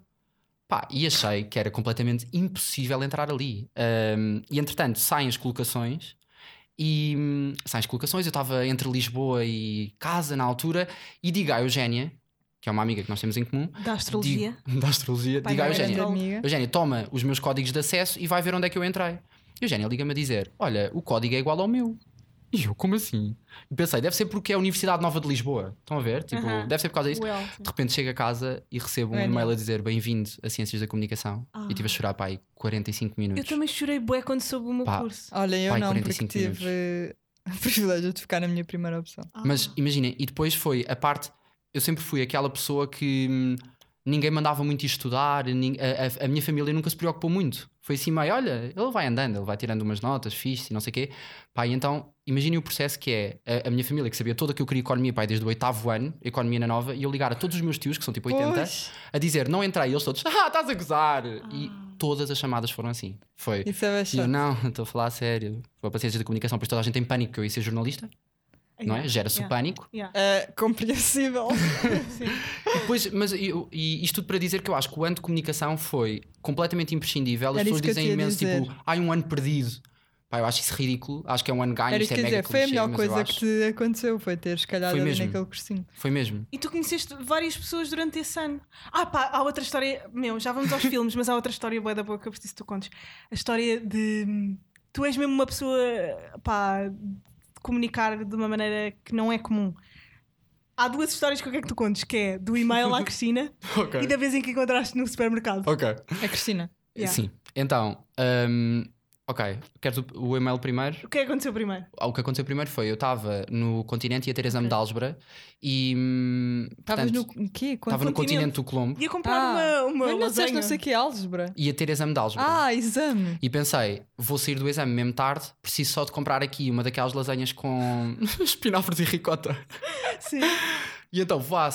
[SPEAKER 3] Pá, e achei que era completamente impossível entrar ali. Ahm, e entretanto, saem as colocações e hum, saem as colocações. Eu estava entre Lisboa e casa na altura e digo à Eugénia, que é uma amiga que nós temos em comum,
[SPEAKER 2] Da astrologia.
[SPEAKER 3] digo- da astrologia,
[SPEAKER 2] Pai,
[SPEAKER 3] digo à
[SPEAKER 2] não é
[SPEAKER 3] Eugénia,
[SPEAKER 4] grande
[SPEAKER 2] Eugénia.
[SPEAKER 4] amiga.
[SPEAKER 3] Eugénia, toma os meus códigos de acesso e vai ver onde é que eu entrei. Eugénia liga-me a dizer: Olha, o código é igual ao meu. E eu, como assim? E pensei, deve ser porque é a Universidade Nova de Lisboa. Estão a ver? Tipo,
[SPEAKER 2] Aham.
[SPEAKER 3] deve ser por causa disso.
[SPEAKER 2] Well,
[SPEAKER 3] De repente chego a casa e recebo um
[SPEAKER 4] Olha.
[SPEAKER 3] e-mail a dizer bem-vindo a Ciências da Comunicação.
[SPEAKER 2] Ah.
[SPEAKER 3] E tive a chorar para aí 45 minutos.
[SPEAKER 2] eu também chorei bué quando soube o meu
[SPEAKER 3] Pá.
[SPEAKER 2] curso.
[SPEAKER 4] Olha, eu
[SPEAKER 3] Pai,
[SPEAKER 4] não, porque
[SPEAKER 3] 45
[SPEAKER 4] tive o privilégio de ficar na minha primeira opção.
[SPEAKER 3] Mas imaginem, e depois foi a parte. Eu sempre fui aquela pessoa que hum, ninguém mandava muito ir estudar, nin- a, a- a minha família nunca se preocupou muito. Foi assim, mãe, olha, ele vai andando, ele vai tirando umas notas, fixe, e não sei o quê. Pai, então, imaginem o processo que é a, a minha família, que sabia toda que eu queria economia, pai, desde o oitavo ano, economia na nova, e eu ligar a todos os meus tios, que são tipo 80,
[SPEAKER 4] Pois,
[SPEAKER 3] a dizer, não entrei, e eles todos, ah, estás a gozar. E
[SPEAKER 2] Ah.
[SPEAKER 3] todas as chamadas foram assim. Foi.
[SPEAKER 4] isso é
[SPEAKER 3] E eu,
[SPEAKER 4] chato.
[SPEAKER 3] não, estou a falar a sério. Vou para ciências da comunicação, pois toda a gente tem pânico que eu ia ser jornalista, não é? Gera-se o
[SPEAKER 2] Ah, yeah.
[SPEAKER 3] pânico.
[SPEAKER 2] Yeah.
[SPEAKER 4] É compreensível.
[SPEAKER 3] Pois, mas eu- e isto tudo para dizer que eu acho que o ano de comunicação foi completamente imprescindível. As
[SPEAKER 4] Era
[SPEAKER 3] pessoas
[SPEAKER 4] isso que eu
[SPEAKER 3] dizem
[SPEAKER 4] te ia
[SPEAKER 3] imenso,
[SPEAKER 4] dizer.
[SPEAKER 3] tipo, ai, um ano perdido. Pá, eu acho isso ridículo. Acho que é um
[SPEAKER 4] Era
[SPEAKER 3] unganho,
[SPEAKER 4] isso
[SPEAKER 3] isto é
[SPEAKER 4] que
[SPEAKER 3] mega
[SPEAKER 4] dizer, foi a
[SPEAKER 3] clichê,
[SPEAKER 4] melhor
[SPEAKER 3] mas eu
[SPEAKER 4] coisa
[SPEAKER 3] acho-
[SPEAKER 4] que te aconteceu, foi teres calhado
[SPEAKER 3] Foi
[SPEAKER 4] ali
[SPEAKER 3] mesmo.
[SPEAKER 4] naquele cursinho.
[SPEAKER 3] Foi mesmo.
[SPEAKER 2] E tu conheceste várias pessoas durante esse ano. Ah, pá, há outra história. Meu, já vamos aos filmes, mas há outra história boa da boa que eu preciso que tu contes. A história de. hum, Tu és mesmo uma pessoa. pá. de comunicar de uma maneira que não é comum. Há duas histórias que eu quero que tu contes, que é do e-mail à Cristina
[SPEAKER 3] Ok.
[SPEAKER 2] e da vez em que encontraste no supermercado.
[SPEAKER 3] Ok.
[SPEAKER 4] A Cristina.
[SPEAKER 2] Yeah.
[SPEAKER 3] Sim. Então, hum, ok. Queres o, o e-mail primeiro?
[SPEAKER 2] O que é que aconteceu primeiro?
[SPEAKER 3] Ah, O que aconteceu primeiro foi eu estava no continente e ia ter exame de álgebra e. hum,
[SPEAKER 4] Estavas
[SPEAKER 3] portanto,
[SPEAKER 4] no o quê? Quando...
[SPEAKER 3] Estava no continente
[SPEAKER 2] continente.
[SPEAKER 3] do Colombo
[SPEAKER 2] Ia comprar
[SPEAKER 4] Ah,
[SPEAKER 2] uma, uma
[SPEAKER 4] Mas não disseste
[SPEAKER 2] lasanha.
[SPEAKER 4] não sei que álgebra.
[SPEAKER 3] e ia ter exame de álgebra.
[SPEAKER 4] Ah, exame.
[SPEAKER 3] E pensei, vou sair do exame mesmo tarde, preciso só de comprar aqui uma daquelas lasanhas com espinafres e ricota.
[SPEAKER 2] Sim.
[SPEAKER 3] E então vou à,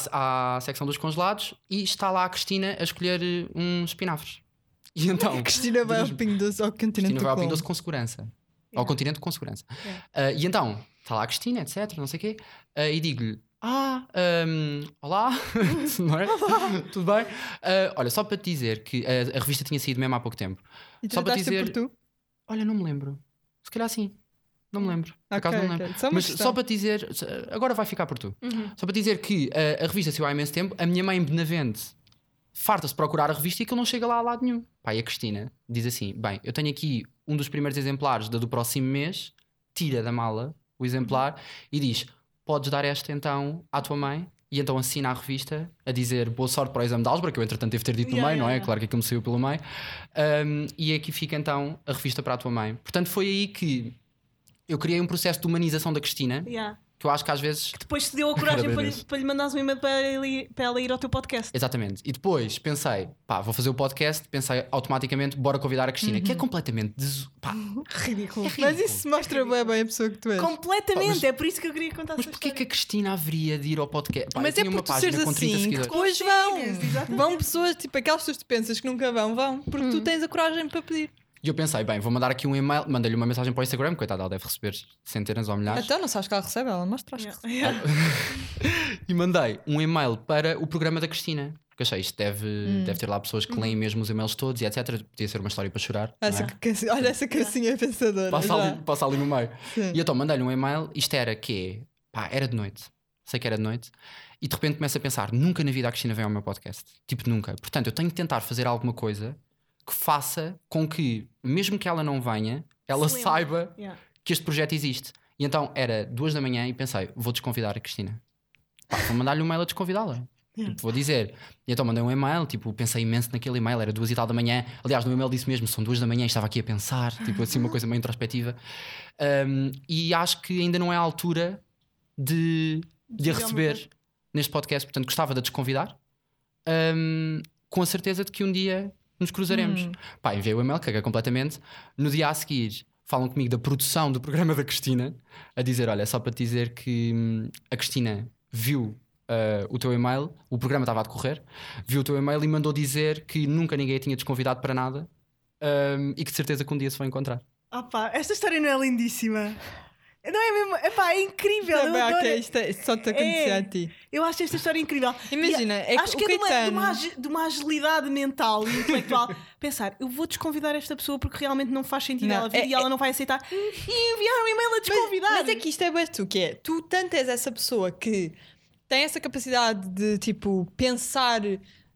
[SPEAKER 3] à secção dos congelados e está lá a Cristina a escolher eh, uns espinafres. E então.
[SPEAKER 4] Cristina vai ao
[SPEAKER 3] Diz-me.
[SPEAKER 4] Pingo Doce, ao continente
[SPEAKER 3] Cristina vai ao
[SPEAKER 4] do
[SPEAKER 3] Pingo Doce
[SPEAKER 4] Doce.
[SPEAKER 3] com segurança. Ao
[SPEAKER 2] Yeah.
[SPEAKER 3] continente com segurança. Ah, e então, está lá a Cristina, etc, não sei o quê, ah, e digo-lhe, ah, ahm, olá, não é? tudo bem? Ah, olha, só para te dizer que a, a revista tinha saído mesmo há pouco tempo.
[SPEAKER 4] E
[SPEAKER 3] Só para
[SPEAKER 4] trataste
[SPEAKER 3] dizer-
[SPEAKER 4] por tu?
[SPEAKER 3] Olha, não me lembro. Se calhar sim. Não me
[SPEAKER 2] Hum.
[SPEAKER 3] lembro. Por
[SPEAKER 4] Ok,
[SPEAKER 3] acaso não me lembro.
[SPEAKER 4] ok. Só uma
[SPEAKER 3] Mas
[SPEAKER 4] questão.
[SPEAKER 3] só para te dizer, agora vai ficar por tu.
[SPEAKER 2] Então, Uhum.
[SPEAKER 3] Só para dizer que ah, a revista saiu há imenso tempo, a minha mãe em Benavente farta-se de procurar a revista e que ele não chega lá a lado nenhum. Pá, e a Cristina diz assim: bem, eu tenho aqui um dos primeiros exemplares da do próximo mês, tira da mala o exemplar e diz: podes dar esta então à tua mãe. E então assina a revista a dizer boa sorte para o exame de álgebra, que eu entretanto devo ter dito
[SPEAKER 2] Yeah,
[SPEAKER 3] no meio,
[SPEAKER 2] yeah,
[SPEAKER 3] não é?
[SPEAKER 2] yeah.
[SPEAKER 3] Claro que aquilo me saiu pelo meio. Um, e aqui fica então a revista para a tua mãe. Portanto, foi aí que eu criei um processo de humanização da Cristina,
[SPEAKER 2] Yeah.
[SPEAKER 3] que eu acho que às vezes
[SPEAKER 2] Depois te deu a coragem
[SPEAKER 3] Parabéns.
[SPEAKER 2] para lhe, para lhe mandares um e-mail para, ele- para ela ir ao teu podcast.
[SPEAKER 3] Exatamente. E depois pensei, pá, vou fazer o podcast, pensei automaticamente, bora convidar a Cristina,
[SPEAKER 4] Uhum.
[SPEAKER 3] que é completamente desu... pá, É
[SPEAKER 2] Ridículo.
[SPEAKER 4] É Mas isso mostra bem, bem a pessoa que tu és.
[SPEAKER 2] Completamente, é por isso que eu queria contar
[SPEAKER 3] Mas
[SPEAKER 2] essa
[SPEAKER 3] porquê que
[SPEAKER 2] história.
[SPEAKER 3] a Cristina haveria de ir ao podcast? Pá,
[SPEAKER 4] Mas
[SPEAKER 3] eu
[SPEAKER 4] é
[SPEAKER 3] tinha uma
[SPEAKER 4] por tu
[SPEAKER 3] página
[SPEAKER 4] seres
[SPEAKER 3] com 30
[SPEAKER 4] assim que
[SPEAKER 3] seguidores.
[SPEAKER 4] depois
[SPEAKER 2] Consegues,
[SPEAKER 4] vão.
[SPEAKER 2] exatamente.
[SPEAKER 4] Vão pessoas, tipo aquelas pessoas que tu pensas que nunca vão, vão. Porque
[SPEAKER 2] Hum.
[SPEAKER 4] tu tens a coragem para pedir.
[SPEAKER 3] E eu pensei, bem, vou mandar aqui um e-mail, mandei-lhe uma mensagem para o Instagram, coitada, ela deve receber centenas ou milhares.
[SPEAKER 4] Então não sabes que ela recebe, ela mostra. acho que
[SPEAKER 2] Yeah. Yeah.
[SPEAKER 3] E mandei um e-mail para o programa da Cristina. Porque achei isto deve,
[SPEAKER 4] Hum.
[SPEAKER 3] deve ter lá pessoas que
[SPEAKER 4] Uhum.
[SPEAKER 3] leem mesmo os e-mails todos e etc. Podia ser uma história para chorar. não
[SPEAKER 4] Essa
[SPEAKER 3] é?
[SPEAKER 4] ca- Olha essa cacinha pensadora.
[SPEAKER 3] passa,
[SPEAKER 2] é.
[SPEAKER 4] já.
[SPEAKER 3] ali, passa ali no meio.
[SPEAKER 4] Sim.
[SPEAKER 3] E então mandei-lhe um e-mail, isto era que pá, era de noite, sei que era de noite, e de repente começo a pensar: nunca na vida a Cristina vem ao meu podcast. Tipo, nunca. Portanto, eu tenho que tentar fazer alguma coisa que faça com que, mesmo que ela não venha, ela
[SPEAKER 2] Se lembre.
[SPEAKER 3] saiba
[SPEAKER 2] Yeah.
[SPEAKER 3] que este projeto existe. E então era duas da manhã e pensei: vou desconvidar a Cristina. Pá, vou mandar-lhe um e-mail a desconvidá-la.
[SPEAKER 2] Yeah.
[SPEAKER 3] Tipo, vou dizer. E então mandei um e-mail, tipo, pensei imenso naquele e-mail, era duas e tal da manhã. Aliás, no e-mail disse mesmo, são duas da manhã e estava aqui a pensar, tipo, assim, uma coisa meio introspectiva. Um, e acho que ainda não é a altura de, de a
[SPEAKER 2] Dizer alguma
[SPEAKER 3] receber neste podcast, portanto, gostava de a desconvidar, um, com a certeza de que um dia nos cruzaremos. Pá, enviei o e-mail, caguei completamente. No dia a seguir, falam comigo da produção do programa da Cristina, a dizer: Olha, só para te dizer que hum, a Cristina viu. uh, o teu e-mail, o programa estava a decorrer, viu o teu e-mail e mandou dizer que nunca ninguém a tinha desconvidado para nada um, e que de certeza que um dia se vão encontrar.
[SPEAKER 2] Ah pá, esta história não é lindíssima. Não é mesmo? É pá, é incrível.
[SPEAKER 4] Tá
[SPEAKER 2] eu,
[SPEAKER 4] bem,
[SPEAKER 2] adoro.
[SPEAKER 4] ok, isto é- isto só te acontecer
[SPEAKER 2] É.
[SPEAKER 4] a ti.
[SPEAKER 2] eu acho esta história incrível.
[SPEAKER 4] Imagina,
[SPEAKER 2] E
[SPEAKER 4] é que
[SPEAKER 2] acho
[SPEAKER 4] o
[SPEAKER 2] que é de uma, de,
[SPEAKER 4] Caetano-
[SPEAKER 2] uma, agi- de uma agilidade mental e intelectual. Pensar, eu vou desconvidar esta pessoa porque realmente não faz sentido
[SPEAKER 4] Não,
[SPEAKER 2] ela vir
[SPEAKER 4] é-
[SPEAKER 2] e ela não vai aceitar. E enviar um e-mail a desconvidar.
[SPEAKER 4] Mas é que isto é bem tu, que é, tu tanto és essa pessoa que tem essa capacidade de, tipo, pensar,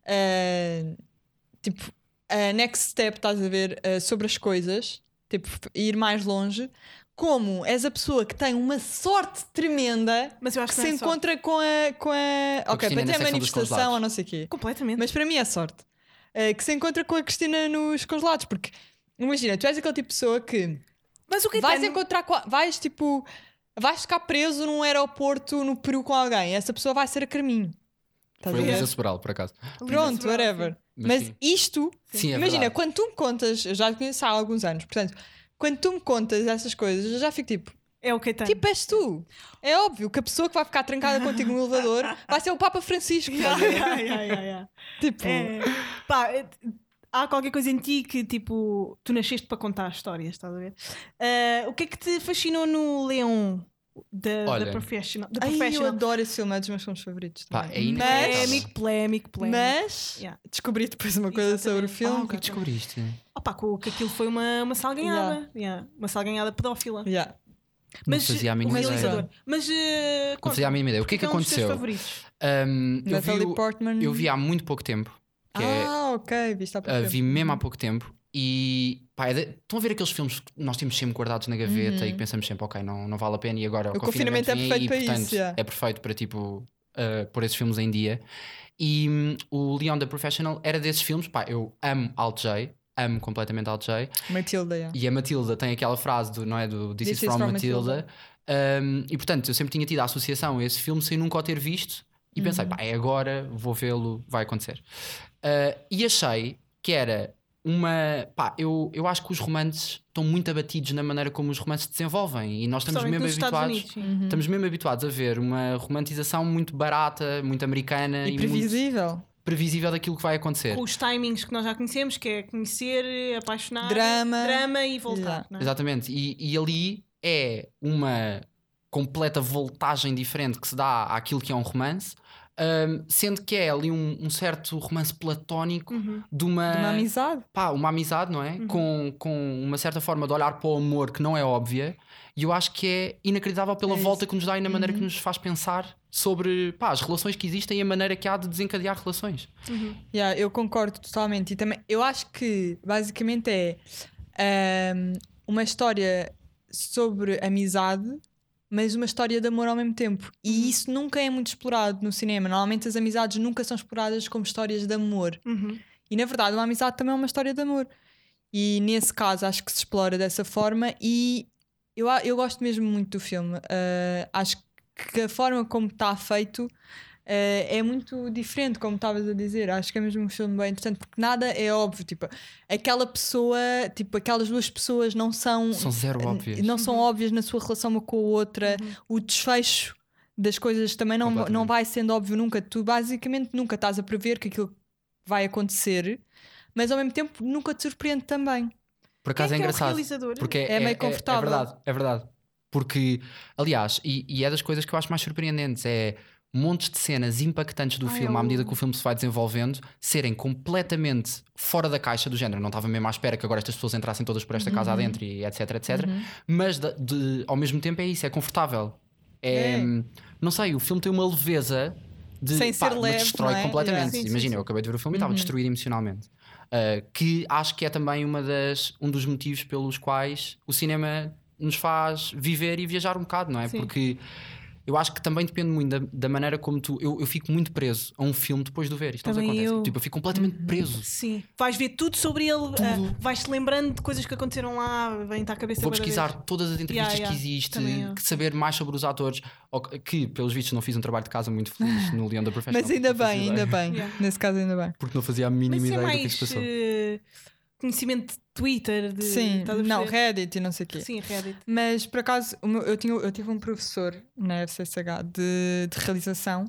[SPEAKER 4] ah, tipo, a next step, estás a ver, ah, sobre as coisas, tipo, ir mais longe, como és a pessoa que tem uma sorte tremenda
[SPEAKER 2] Mas eu
[SPEAKER 4] que
[SPEAKER 2] acho que,
[SPEAKER 4] se
[SPEAKER 2] não é só.
[SPEAKER 4] encontra com a, com a...
[SPEAKER 3] a Cristina
[SPEAKER 4] ok, para
[SPEAKER 3] na
[SPEAKER 4] ter a
[SPEAKER 3] secção dos
[SPEAKER 4] manifestação
[SPEAKER 3] congelados.
[SPEAKER 4] ou não sei o quê.
[SPEAKER 2] Completamente.
[SPEAKER 4] Mas para mim é sorte. Eh, que se encontra com a Cristina nos congelados, porque imagina, tu és aquele tipo de pessoa que
[SPEAKER 2] Mas o que
[SPEAKER 4] vais encontrar com a- vais tipo vais ficar preso num aeroporto no Peru com alguém. Essa pessoa vai ser a Carminho. Estás
[SPEAKER 3] Foi
[SPEAKER 4] a
[SPEAKER 3] a
[SPEAKER 4] ver?
[SPEAKER 3] Luísa Sobral, por acaso.
[SPEAKER 4] Pronto, whatever.
[SPEAKER 3] Mas
[SPEAKER 4] Mas
[SPEAKER 3] sim.
[SPEAKER 4] isto,
[SPEAKER 3] Sim, é
[SPEAKER 4] imagina,
[SPEAKER 3] verdade.
[SPEAKER 4] quando tu me contas, eu já te conheço há alguns anos, portanto, quando tu me contas essas coisas, eu já fico tipo,
[SPEAKER 2] É o Caetano.
[SPEAKER 4] tipo, és tu. É óbvio que a pessoa que vai ficar trancada contigo no elevador vai ser o Papa Francisco. estás a ver?
[SPEAKER 2] Yeah, yeah, yeah, yeah.
[SPEAKER 4] Tipo,
[SPEAKER 2] É. Pá, é- há qualquer coisa em ti que, tipo, tu nasceste para contar histórias, estás a ver? Ah, o que é que te fascinou no Leão? The,
[SPEAKER 3] Olha.
[SPEAKER 2] the Professional. The
[SPEAKER 4] Ai, eu
[SPEAKER 2] professional.
[SPEAKER 4] adoro esse filme, é dos meus filmes favoritos.
[SPEAKER 3] Pá,
[SPEAKER 4] também.
[SPEAKER 3] é inacreditável.
[SPEAKER 2] Polémico, polémico, polémico.
[SPEAKER 4] Mas
[SPEAKER 2] Yeah.
[SPEAKER 4] descobri depois uma coisa sobre o
[SPEAKER 2] Exatamente.
[SPEAKER 4] filme.
[SPEAKER 3] O que é que descobriste?
[SPEAKER 2] Opa, que o- que aquilo foi uma, uma salganhada. Yeah, Uma salganhada pedófila.
[SPEAKER 4] Yeah.
[SPEAKER 2] Mas
[SPEAKER 3] não fazia a
[SPEAKER 2] o
[SPEAKER 3] mínima ideia.
[SPEAKER 2] realizador. Mas eh,
[SPEAKER 3] Não
[SPEAKER 2] conta,
[SPEAKER 3] fazia a mínima ideia. O que é que
[SPEAKER 2] é um dos teus
[SPEAKER 3] aconteceu?
[SPEAKER 2] favoritos?
[SPEAKER 3] Ahm, eu, vi,
[SPEAKER 4] Natalie
[SPEAKER 3] o-
[SPEAKER 4] Portman.
[SPEAKER 3] eu vi há muito pouco tempo. Que é,
[SPEAKER 4] Ah, ok, viste há pouco
[SPEAKER 3] ah,
[SPEAKER 4] tempo.
[SPEAKER 3] vi mesmo há pouco tempo. E pá, é de- estão a ver aqueles filmes que nós temos sempre guardados na gaveta e que pensamos sempre, ok, não, não vale a pena. E agora o,
[SPEAKER 4] Uhum. O confinamento é
[SPEAKER 3] vem
[SPEAKER 4] perfeito
[SPEAKER 3] e,
[SPEAKER 4] para isso,
[SPEAKER 3] portanto,
[SPEAKER 4] yeah.
[SPEAKER 3] É perfeito para tipo ah, pôr esses filmes em dia. E hum, o Leon the Professional era desses filmes. Pá, eu amo Alt J, amo completamente Alt J.
[SPEAKER 4] Matilda, yeah.
[SPEAKER 3] E a Matilda tem aquela frase do, não é, do This, is, from, Matilda. Um, e portanto, eu sempre tinha tido a associação a esse filme sem nunca o ter visto. E pensei, pá, é agora, vou vê-lo, vai acontecer. Uh, e achei que era uma. Pá, eu, eu acho que os romances estão muito abatidos na maneira como os romances se desenvolvem. E nós estamos
[SPEAKER 2] Principalmente
[SPEAKER 3] mesmo
[SPEAKER 2] nos Estados
[SPEAKER 3] habituados.
[SPEAKER 2] Unidos, sim.
[SPEAKER 3] Estamos mesmo habituados a ver uma romantização muito barata, muito americana
[SPEAKER 4] E
[SPEAKER 3] e, muito
[SPEAKER 4] previsível.
[SPEAKER 3] previsível daquilo que vai acontecer.
[SPEAKER 2] Com os timings que nós já conhecemos, que é conhecer, apaixonar,
[SPEAKER 4] Drama.
[SPEAKER 2] Ah, drama e voltar.
[SPEAKER 4] Yeah.
[SPEAKER 2] não é?
[SPEAKER 3] Exatamente. E, e ali é uma completa voltagem diferente que se dá àquilo que é um romance, hum, sendo que é ali um, um certo romance platónico
[SPEAKER 2] Uhum.
[SPEAKER 3] de uma,
[SPEAKER 4] De uma amizade.
[SPEAKER 3] pá, uma amizade, não é? Com, com uma certa forma de olhar para o amor que não é óbvia. E eu acho que é inacreditável pela
[SPEAKER 4] É isso.
[SPEAKER 3] volta que nos dá e na maneira
[SPEAKER 2] Uhum.
[SPEAKER 3] que nos faz pensar sobre pá, as relações que existem e a maneira que há de desencadear relações.
[SPEAKER 4] Yeah, eu concordo totalmente. E também, eu acho que basicamente é ahm, uma história sobre amizade, mas uma história de amor ao mesmo tempo. E isso nunca é muito explorado no cinema. Normalmente as amizades nunca são exploradas como histórias de amor.
[SPEAKER 2] Uhum.
[SPEAKER 4] E na verdade, uma amizade também é uma história de amor. E nesse caso, acho que se explora dessa forma. E eu, a- eu gosto mesmo muito do filme. Ah, acho que a forma como está feito ah, é muito diferente, como estavas a dizer. Acho que é mesmo um filme bem interessante, porque nada é óbvio. Tipo, aquela pessoa, tipo, aquelas duas pessoas não são.
[SPEAKER 3] São zero óbvias.
[SPEAKER 4] Não
[SPEAKER 2] Uhum.
[SPEAKER 4] são óbvias na sua relação uma com a outra, o desfecho das coisas também não,
[SPEAKER 3] Completamente.
[SPEAKER 4] não vai sendo óbvio nunca. Tu basicamente nunca estás a prever que aquilo vai acontecer, mas ao mesmo tempo nunca te surpreende também.
[SPEAKER 2] Quem
[SPEAKER 3] Por acaso
[SPEAKER 2] é,
[SPEAKER 3] é
[SPEAKER 2] que é o
[SPEAKER 3] engraçado.
[SPEAKER 2] realizador?
[SPEAKER 3] Porque
[SPEAKER 4] É meio confortável.
[SPEAKER 3] É, verdade, é verdade. Porque, aliás, e, e é das coisas que eu acho mais surpreendentes, é montes de cenas impactantes do
[SPEAKER 2] Ai,
[SPEAKER 3] filme
[SPEAKER 2] eu-
[SPEAKER 3] à medida que o filme se vai desenvolvendo serem completamente fora da caixa do género. Não estava mesmo à espera que agora estas pessoas entrassem todas por esta casa
[SPEAKER 4] Uhum.
[SPEAKER 3] adentro e etc, etc. Mas da- de- ao mesmo tempo é isso, é confortável. É,
[SPEAKER 4] É.
[SPEAKER 3] Não sei, o filme tem uma leveza de
[SPEAKER 4] Sem ser
[SPEAKER 3] me
[SPEAKER 4] leve,
[SPEAKER 3] destrói
[SPEAKER 4] não é?
[SPEAKER 3] completamente.
[SPEAKER 4] Yeah.
[SPEAKER 2] Sim, sim,
[SPEAKER 3] Imagina,
[SPEAKER 2] sim.
[SPEAKER 3] eu acabei de ver o filme e
[SPEAKER 4] Uhum.
[SPEAKER 3] estava destruído emocionalmente. Uh, que acho que é também uma das, um dos motivos pelos quais o cinema nos faz viver e viajar um bocado, não é?
[SPEAKER 2] Sim.
[SPEAKER 3] Porque eu acho que também depende muito da, da maneira como tu. Eu, eu fico muito preso a um filme depois de o ver. Isto não
[SPEAKER 2] Também
[SPEAKER 3] acontece.
[SPEAKER 2] eu. Uhum.
[SPEAKER 3] Tipo, eu fico completamente preso.
[SPEAKER 2] Sim. Vais ver tudo sobre ele, ah, vais-te lembrando de coisas que aconteceram lá, vem-te à cabeça.
[SPEAKER 3] Vou
[SPEAKER 2] bué da
[SPEAKER 3] pesquisar
[SPEAKER 2] vez.
[SPEAKER 3] todas as entrevistas
[SPEAKER 2] Yeah, yeah.
[SPEAKER 3] que
[SPEAKER 2] Também eu.
[SPEAKER 3] existem, que saber mais sobre os atores, ou que, que, pelos vistos não fiz um trabalho de casa muito feliz no Leão da Professional.
[SPEAKER 4] Mas ainda
[SPEAKER 3] não fazia
[SPEAKER 4] bem,
[SPEAKER 3] ideia.
[SPEAKER 4] ainda bem.
[SPEAKER 2] Yeah.
[SPEAKER 4] Nesse caso, ainda bem.
[SPEAKER 3] Porque não fazia a mínima
[SPEAKER 2] Mas isso é
[SPEAKER 3] ideia do que é que
[SPEAKER 2] mais
[SPEAKER 3] se passou.
[SPEAKER 2] eh, conhecimento de Twitter, de
[SPEAKER 4] Sim,
[SPEAKER 2] estás a
[SPEAKER 4] não,
[SPEAKER 2] perceber?
[SPEAKER 4] Reddit e não sei o quê.
[SPEAKER 2] Sim, Reddit.
[SPEAKER 4] Mas por acaso, o meu- eu, tinha, eu tive um professor na FCSH de, de realização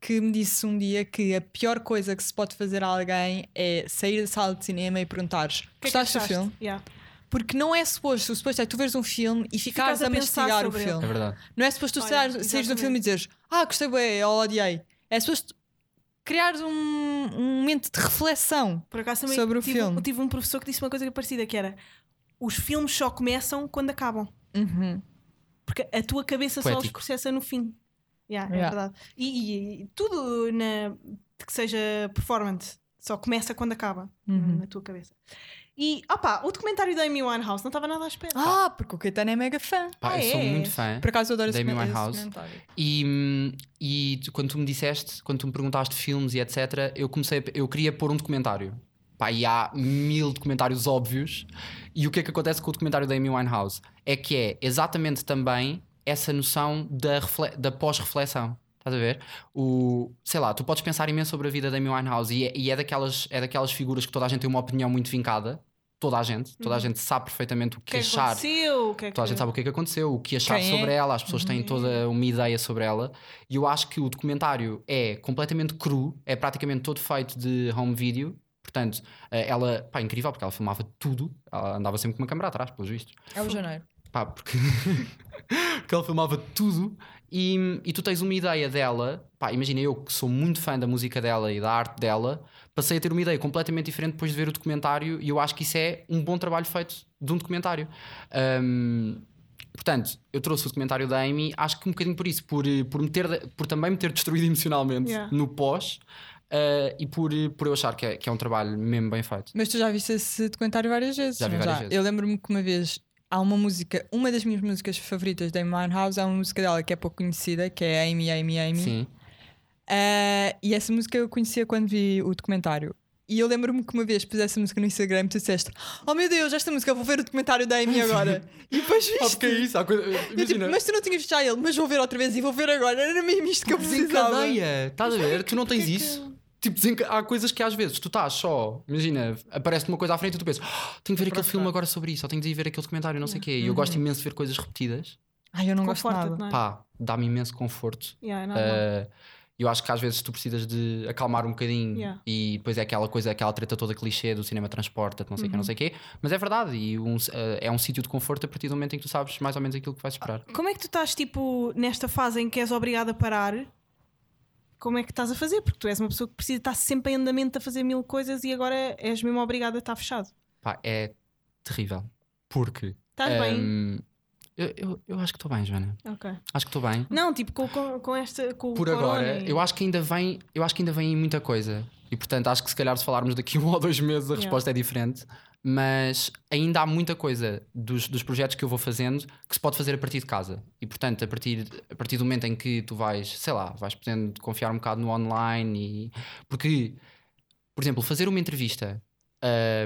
[SPEAKER 4] que me disse um dia que a pior coisa que se pode fazer a alguém é sair da sala de cinema e perguntares:
[SPEAKER 2] O que é que
[SPEAKER 4] Gostaste do filme?
[SPEAKER 2] Yeah.
[SPEAKER 4] Porque não é suposto. O suposto é tu veres um filme e ficares
[SPEAKER 2] a
[SPEAKER 4] a
[SPEAKER 2] pensar
[SPEAKER 4] mastigar o
[SPEAKER 2] sobre ele.
[SPEAKER 4] filme.
[SPEAKER 3] É verdade.
[SPEAKER 4] Não é suposto tu
[SPEAKER 2] Olha,
[SPEAKER 4] sair- saíres de um
[SPEAKER 2] exatamente.
[SPEAKER 4] filme e dizeres Ah, gostei bem, ou odiei. É suposto criares um, um momento de reflexão.
[SPEAKER 2] Por acaso também
[SPEAKER 4] Sobre o
[SPEAKER 2] tive,
[SPEAKER 4] filme.
[SPEAKER 2] tive um professor que disse uma coisa parecida, que era os filmes só começam quando acabam. Uhum, Porque a tua cabeça só os
[SPEAKER 3] Poético.
[SPEAKER 2] processa no fim. Yeah, É
[SPEAKER 4] Yeah.
[SPEAKER 2] verdade. E, e- e tudo na, que seja performance só começa quando acaba
[SPEAKER 4] Uhum.
[SPEAKER 2] na tua cabeça. E opa, o documentário da Amy Winehouse não estava nada à espera.
[SPEAKER 4] Ah, porque o Caetano é mega fã.
[SPEAKER 3] Pá,
[SPEAKER 2] Ah,
[SPEAKER 3] eu sou
[SPEAKER 2] é?
[SPEAKER 3] muito fã.
[SPEAKER 4] Por acaso eu adoro
[SPEAKER 3] Da
[SPEAKER 4] esse
[SPEAKER 3] Amy
[SPEAKER 4] comen- esse
[SPEAKER 3] Winehouse.
[SPEAKER 4] comentário.
[SPEAKER 3] E, hum, e tu- quando tu me disseste, quando tu me perguntaste filmes e etc, eu comecei, a pe- eu queria pôr um documentário. Pá, e há mil documentários óbvios. E o que é que acontece com o documentário da Amy Winehouse? É que é exatamente também essa noção da, refle- da pós-reflexão. Estás a ver? O, sei lá, tu podes pensar imenso sobre a vida da Amy Winehouse e é, e é daquelas, é daquelas figuras que toda a gente tem uma opinião muito vincada. Toda a gente. Toda a gente sabe perfeitamente o
[SPEAKER 2] o
[SPEAKER 3] que,
[SPEAKER 2] que é que
[SPEAKER 3] achar.
[SPEAKER 2] aconteceu? O que é que...
[SPEAKER 3] Toda a gente sabe o que é que aconteceu, o que achar
[SPEAKER 4] Quem é?
[SPEAKER 3] sobre ela, as pessoas têm toda uma ideia sobre ela. E eu acho que o documentário é completamente cru, é praticamente todo feito de home video. Portanto, eh, ela, pá, incrível, porque ela filmava tudo, ela andava sempre com uma câmera atrás, pelos vistos.
[SPEAKER 4] É o janeiro.
[SPEAKER 3] Pá, porque porque ele filmava tudo e, e tu tens uma ideia dela. Pá, imagina eu que sou muito fã da música dela e da arte dela, passei a ter uma ideia completamente diferente depois de ver o documentário e eu acho que isso é um bom trabalho feito de um documentário. Ahm, portanto, eu trouxe o documentário da Amy, acho que um bocadinho por isso, por, por, me ter- por também me ter destruído emocionalmente
[SPEAKER 2] Yeah.
[SPEAKER 3] no pós. ah, e por, por eu achar que é, que é um trabalho mesmo bem feito.
[SPEAKER 4] Mas tu já viste esse documentário várias vezes.
[SPEAKER 3] Já vi
[SPEAKER 4] não
[SPEAKER 3] várias vezes.
[SPEAKER 4] Eu lembro-me que uma vez há uma música, uma das minhas músicas favoritas da Amy Winehouse, há uma música dela que é pouco conhecida, que é Amy, Amy, Amy.
[SPEAKER 3] Sim.
[SPEAKER 4] Ah, e essa música eu conhecia quando vi o documentário. E eu lembro-me que uma vez pus essa música no Instagram e tu disseste: Oh meu Deus, esta música, eu vou ver o documentário da Amy agora. e depois
[SPEAKER 3] Ah,
[SPEAKER 4] viste.
[SPEAKER 3] porque é isso. há coisa-
[SPEAKER 4] Eu, tipo,
[SPEAKER 3] imagina.
[SPEAKER 4] mas tu não tinhas visto já ele, mas vou ver outra vez e vou ver agora. Era mesmo isto que eu precisava.
[SPEAKER 3] Desencadeia. Estás a ver? Tu não tens isso. Tipo, desenca- há coisas que às vezes tu estás só, imagina, aparece-te uma coisa à frente e tu pensas, "Ah, tenho que ver aquele filme agora sobre isso, ou tenho de ir ver aquele documentário, não sei o quê. E eu gosto imenso de ver coisas repetidas.
[SPEAKER 4] Ai, eu não gosto
[SPEAKER 2] Conforta-te,
[SPEAKER 4] nada.
[SPEAKER 2] não é?
[SPEAKER 3] Pá, dá-me imenso conforto.
[SPEAKER 2] Yeah, é normal.
[SPEAKER 3] Ah, eu acho que às vezes tu precisas de acalmar um bocadinho
[SPEAKER 2] Yeah.
[SPEAKER 3] e depois é aquela coisa, aquela treta toda clichê do cinema transporta, não sei o quê, não sei o quê, mas é verdade e um- ah, é um sítio de conforto a partir do momento em que tu sabes mais ou menos aquilo que vais esperar.
[SPEAKER 2] Como é que tu estás, tipo, nesta fase em que és obrigada a parar? Como é que estás a fazer? Porque tu és uma pessoa que precisa estar sempre em andamento a fazer mil coisas e agora és mesmo obrigada a estar fechado.
[SPEAKER 3] Pá, é terrível. Porque
[SPEAKER 2] Estás bem?
[SPEAKER 3] Hum, Eu, eu, eu acho que estou bem, Joana.
[SPEAKER 2] Ok.
[SPEAKER 3] Acho que estou bem.
[SPEAKER 2] Não, tipo, com, com, com esta. Com o
[SPEAKER 3] Por
[SPEAKER 2] corona
[SPEAKER 3] agora,
[SPEAKER 2] e-
[SPEAKER 3] eu acho que ainda vem, eu acho que ainda vem aí muita coisa. E portanto, acho que se calhar se falarmos daqui um ou dois meses a
[SPEAKER 2] Yeah.
[SPEAKER 3] resposta é diferente. Mas ainda há muita coisa dos, dos projetos que eu vou fazendo que se pode fazer a partir de casa. E portanto, a partir, a partir do momento em que tu vais, sei lá, vais podendo confiar um bocado no online e. Porque, por exemplo, fazer uma entrevista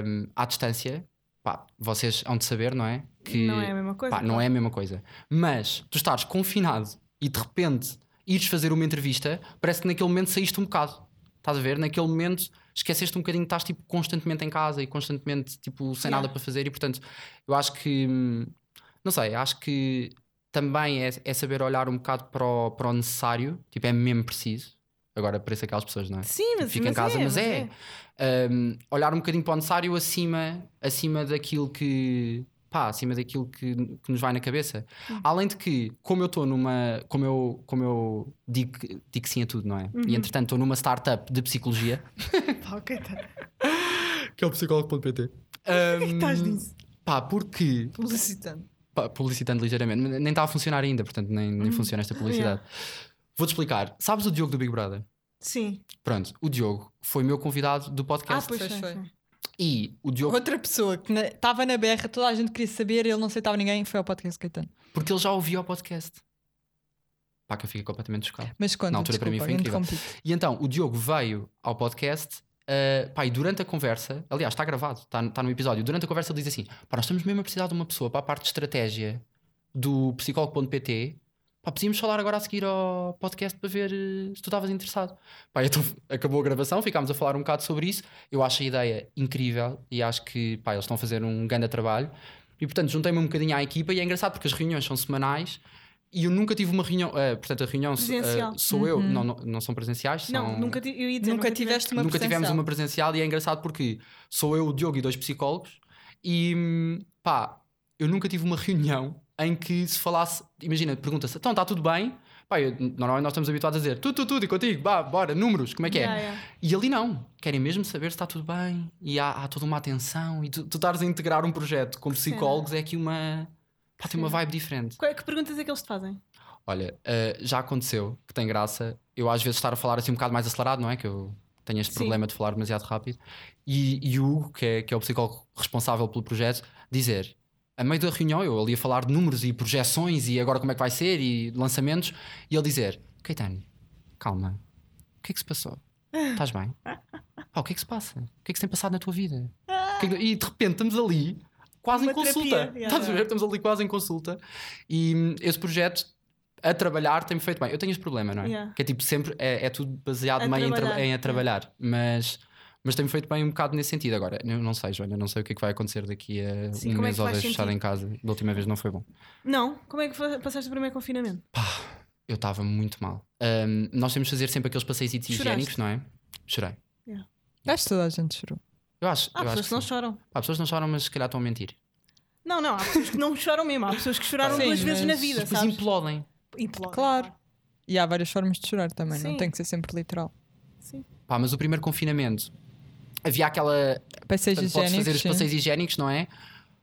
[SPEAKER 3] hum, à distância, pá, vocês hão de saber, não é? Que
[SPEAKER 2] Não é a mesma coisa.
[SPEAKER 3] Pá, não é a mesma coisa. Mas tu estás confinado e de repente ires fazer uma entrevista, parece que naquele momento saíste um bocado. Estás a ver? Naquele momento esqueceste um bocadinho que estás tipo, constantemente em casa e constantemente tipo, sem
[SPEAKER 2] Yeah.
[SPEAKER 3] nada para fazer, e portanto eu acho que hum, não sei, acho que também é, é saber olhar um bocado para o, para o necessário, tipo, é mesmo preciso. Agora parece aquelas pessoas, não é?
[SPEAKER 2] Sim, mas.
[SPEAKER 3] fica em
[SPEAKER 2] mas
[SPEAKER 3] casa,
[SPEAKER 2] é,
[SPEAKER 3] mas é. Um, olhar um bocadinho para o necessário acima, acima daquilo que pá, acima daquilo que, que nos vai na cabeça.
[SPEAKER 2] Hum.
[SPEAKER 3] Além de que, como eu estou numa, como eu, como eu digo, que- digo sim a tudo, não é?
[SPEAKER 2] Uhum.
[SPEAKER 3] E entretanto estou numa startup de psicologia,
[SPEAKER 2] Pá, ok, tá.
[SPEAKER 3] que é o psicólogo.pt. Hum.
[SPEAKER 2] Estás nisso.
[SPEAKER 3] pá, porque
[SPEAKER 4] Publicitando.
[SPEAKER 3] pá, publicitando ligeiramente, mas nem está a funcionar ainda, portanto nem,
[SPEAKER 2] Uhum.
[SPEAKER 3] nem funciona esta publicidade. Vou-te explicar. Sabes o Diogo do Big Brother?
[SPEAKER 2] Sim.
[SPEAKER 3] Pronto, o Diogo foi meu convidado do
[SPEAKER 2] Ah,
[SPEAKER 3] podcast
[SPEAKER 2] pois
[SPEAKER 4] Fez,
[SPEAKER 2] foi.
[SPEAKER 4] foi.
[SPEAKER 2] foi.
[SPEAKER 3] e o Diogo
[SPEAKER 4] Outra pessoa que estava na berra, toda a gente queria saber, ele não aceitava ninguém, foi ao podcast Caetano.
[SPEAKER 3] Porque ele já ouvia o podcast. Pá, que eu fiquei completamente chocado.
[SPEAKER 4] Mas quando
[SPEAKER 3] Na altura, para mim, foi incrível.
[SPEAKER 4] interrompi-te.
[SPEAKER 3] E então, o Diogo veio ao podcast. uh, pá, e durante a conversa, aliás, está gravado, está, está no episódio. Durante a conversa, ele diz assim: pá, nós estamos mesmo a precisar de uma pessoa para a parte de estratégia do psicólogo.pt. Pá, podíamos falar agora a seguir ao podcast para ver eh, se tu estavas interessado. Pá, então acabou a gravação, ficámos a falar um bocado sobre isso. Eu acho a ideia incrível e acho que pá, eles estão a fazer um grande trabalho. E portanto, juntei-me um bocadinho à equipa e é engraçado porque as reuniões são semanais e eu nunca tive uma reunião. eh, portanto, a reunião se- eh,
[SPEAKER 2] Presencial.
[SPEAKER 3] sou eu, não, não, não são presenciais, são,
[SPEAKER 2] Uhum. Não, nunca, ti- eu ia dizer,
[SPEAKER 4] Nunca tiveste uma
[SPEAKER 3] nunca tivemos
[SPEAKER 4] percepção.
[SPEAKER 3] uma presencial e é engraçado porque sou eu, o Diogo e dois psicólogos e hum, pá, eu nunca tive uma reunião em que se falasse, imagina, pergunta-se, então está tudo bem? Pá, eu- normalmente nós estamos habituados a dizer tudo, tudo, tudo e contigo, vá, bora, números, como é que é?
[SPEAKER 2] Yeah, yeah.
[SPEAKER 3] E ali não, querem mesmo saber se está tudo bem e há, há toda uma atenção e tu, tu estares a integrar um projeto com psicólogos é aqui uma, pá, tem uma vibe diferente.
[SPEAKER 2] Qual- Que perguntas é que eles te fazem?
[SPEAKER 3] Olha, eh, já aconteceu, que tem graça, eu às vezes estar a falar assim um bocado mais acelerado, não é? Que eu tenho este
[SPEAKER 2] Sim.
[SPEAKER 3] problema de falar demasiado rápido. E, e o Hugo, que é, que é o psicólogo responsável pelo projeto, dizer, a meio da reunião, eu ali a falar de números e projeções e agora como é que vai ser e lançamentos, e ele dizer: Caetano, calma, o que é que se passou? Estás bem? Pá, o que é que se passa? O que é que se tem passado na tua vida? O que é que- E de repente estamos ali quase
[SPEAKER 2] Ah. Uma
[SPEAKER 3] em consulta.
[SPEAKER 2] terapia, yeah.
[SPEAKER 3] Estás a ver? Estamos ali quase em consulta. E hum, esse projeto a trabalhar tem-me feito bem. Eu tenho este problema, não é?
[SPEAKER 2] Yeah.
[SPEAKER 3] Que é tipo sempre, é, é tudo baseado
[SPEAKER 2] A
[SPEAKER 3] meio em,
[SPEAKER 2] trabalhar,
[SPEAKER 3] traba- em a
[SPEAKER 2] yeah.
[SPEAKER 3] trabalhar. Mas, mas tem-me feito bem um bocado nesse sentido. Agora, eu não sei, Joana, não sei o que é que vai acontecer daqui a
[SPEAKER 2] Sim,
[SPEAKER 3] um
[SPEAKER 2] como é
[SPEAKER 3] mês
[SPEAKER 2] que
[SPEAKER 3] ou
[SPEAKER 2] faz
[SPEAKER 3] dois fechado
[SPEAKER 2] sentido?
[SPEAKER 3] em casa. Da última vez não foi bom.
[SPEAKER 2] Não, como é que fa- passaste o primeiro confinamento?
[SPEAKER 3] Eu estava muito mal. Ahm, nós temos de fazer sempre aqueles passeios higiênicos,
[SPEAKER 2] Choraste?
[SPEAKER 3] não é? Chorei.
[SPEAKER 4] Acho que toda a gente chorou.
[SPEAKER 3] Eu acho.
[SPEAKER 2] Ah,
[SPEAKER 3] eu acho
[SPEAKER 2] pessoas
[SPEAKER 3] que
[SPEAKER 2] que não
[SPEAKER 3] sim.
[SPEAKER 2] choram.
[SPEAKER 3] Pá, pessoas não choram, mas se calhar estão a mentir.
[SPEAKER 2] Não, não, há pessoas que não choram mesmo, há pessoas que choraram
[SPEAKER 4] Sim,
[SPEAKER 2] duas vezes na
[SPEAKER 4] mas
[SPEAKER 2] vida,
[SPEAKER 3] Depois
[SPEAKER 2] sabes?
[SPEAKER 3] implodem.
[SPEAKER 2] Implodem.
[SPEAKER 4] Claro. E há várias formas de chorar também,
[SPEAKER 2] Sim.
[SPEAKER 4] não tem que ser sempre literal.
[SPEAKER 2] Sim.
[SPEAKER 3] Pá, mas o primeiro confinamento havia aquela.
[SPEAKER 4] Passeios
[SPEAKER 3] Portanto, podes fazer os
[SPEAKER 4] higiênicos. sim.
[SPEAKER 3] passeios higiênicos, não é?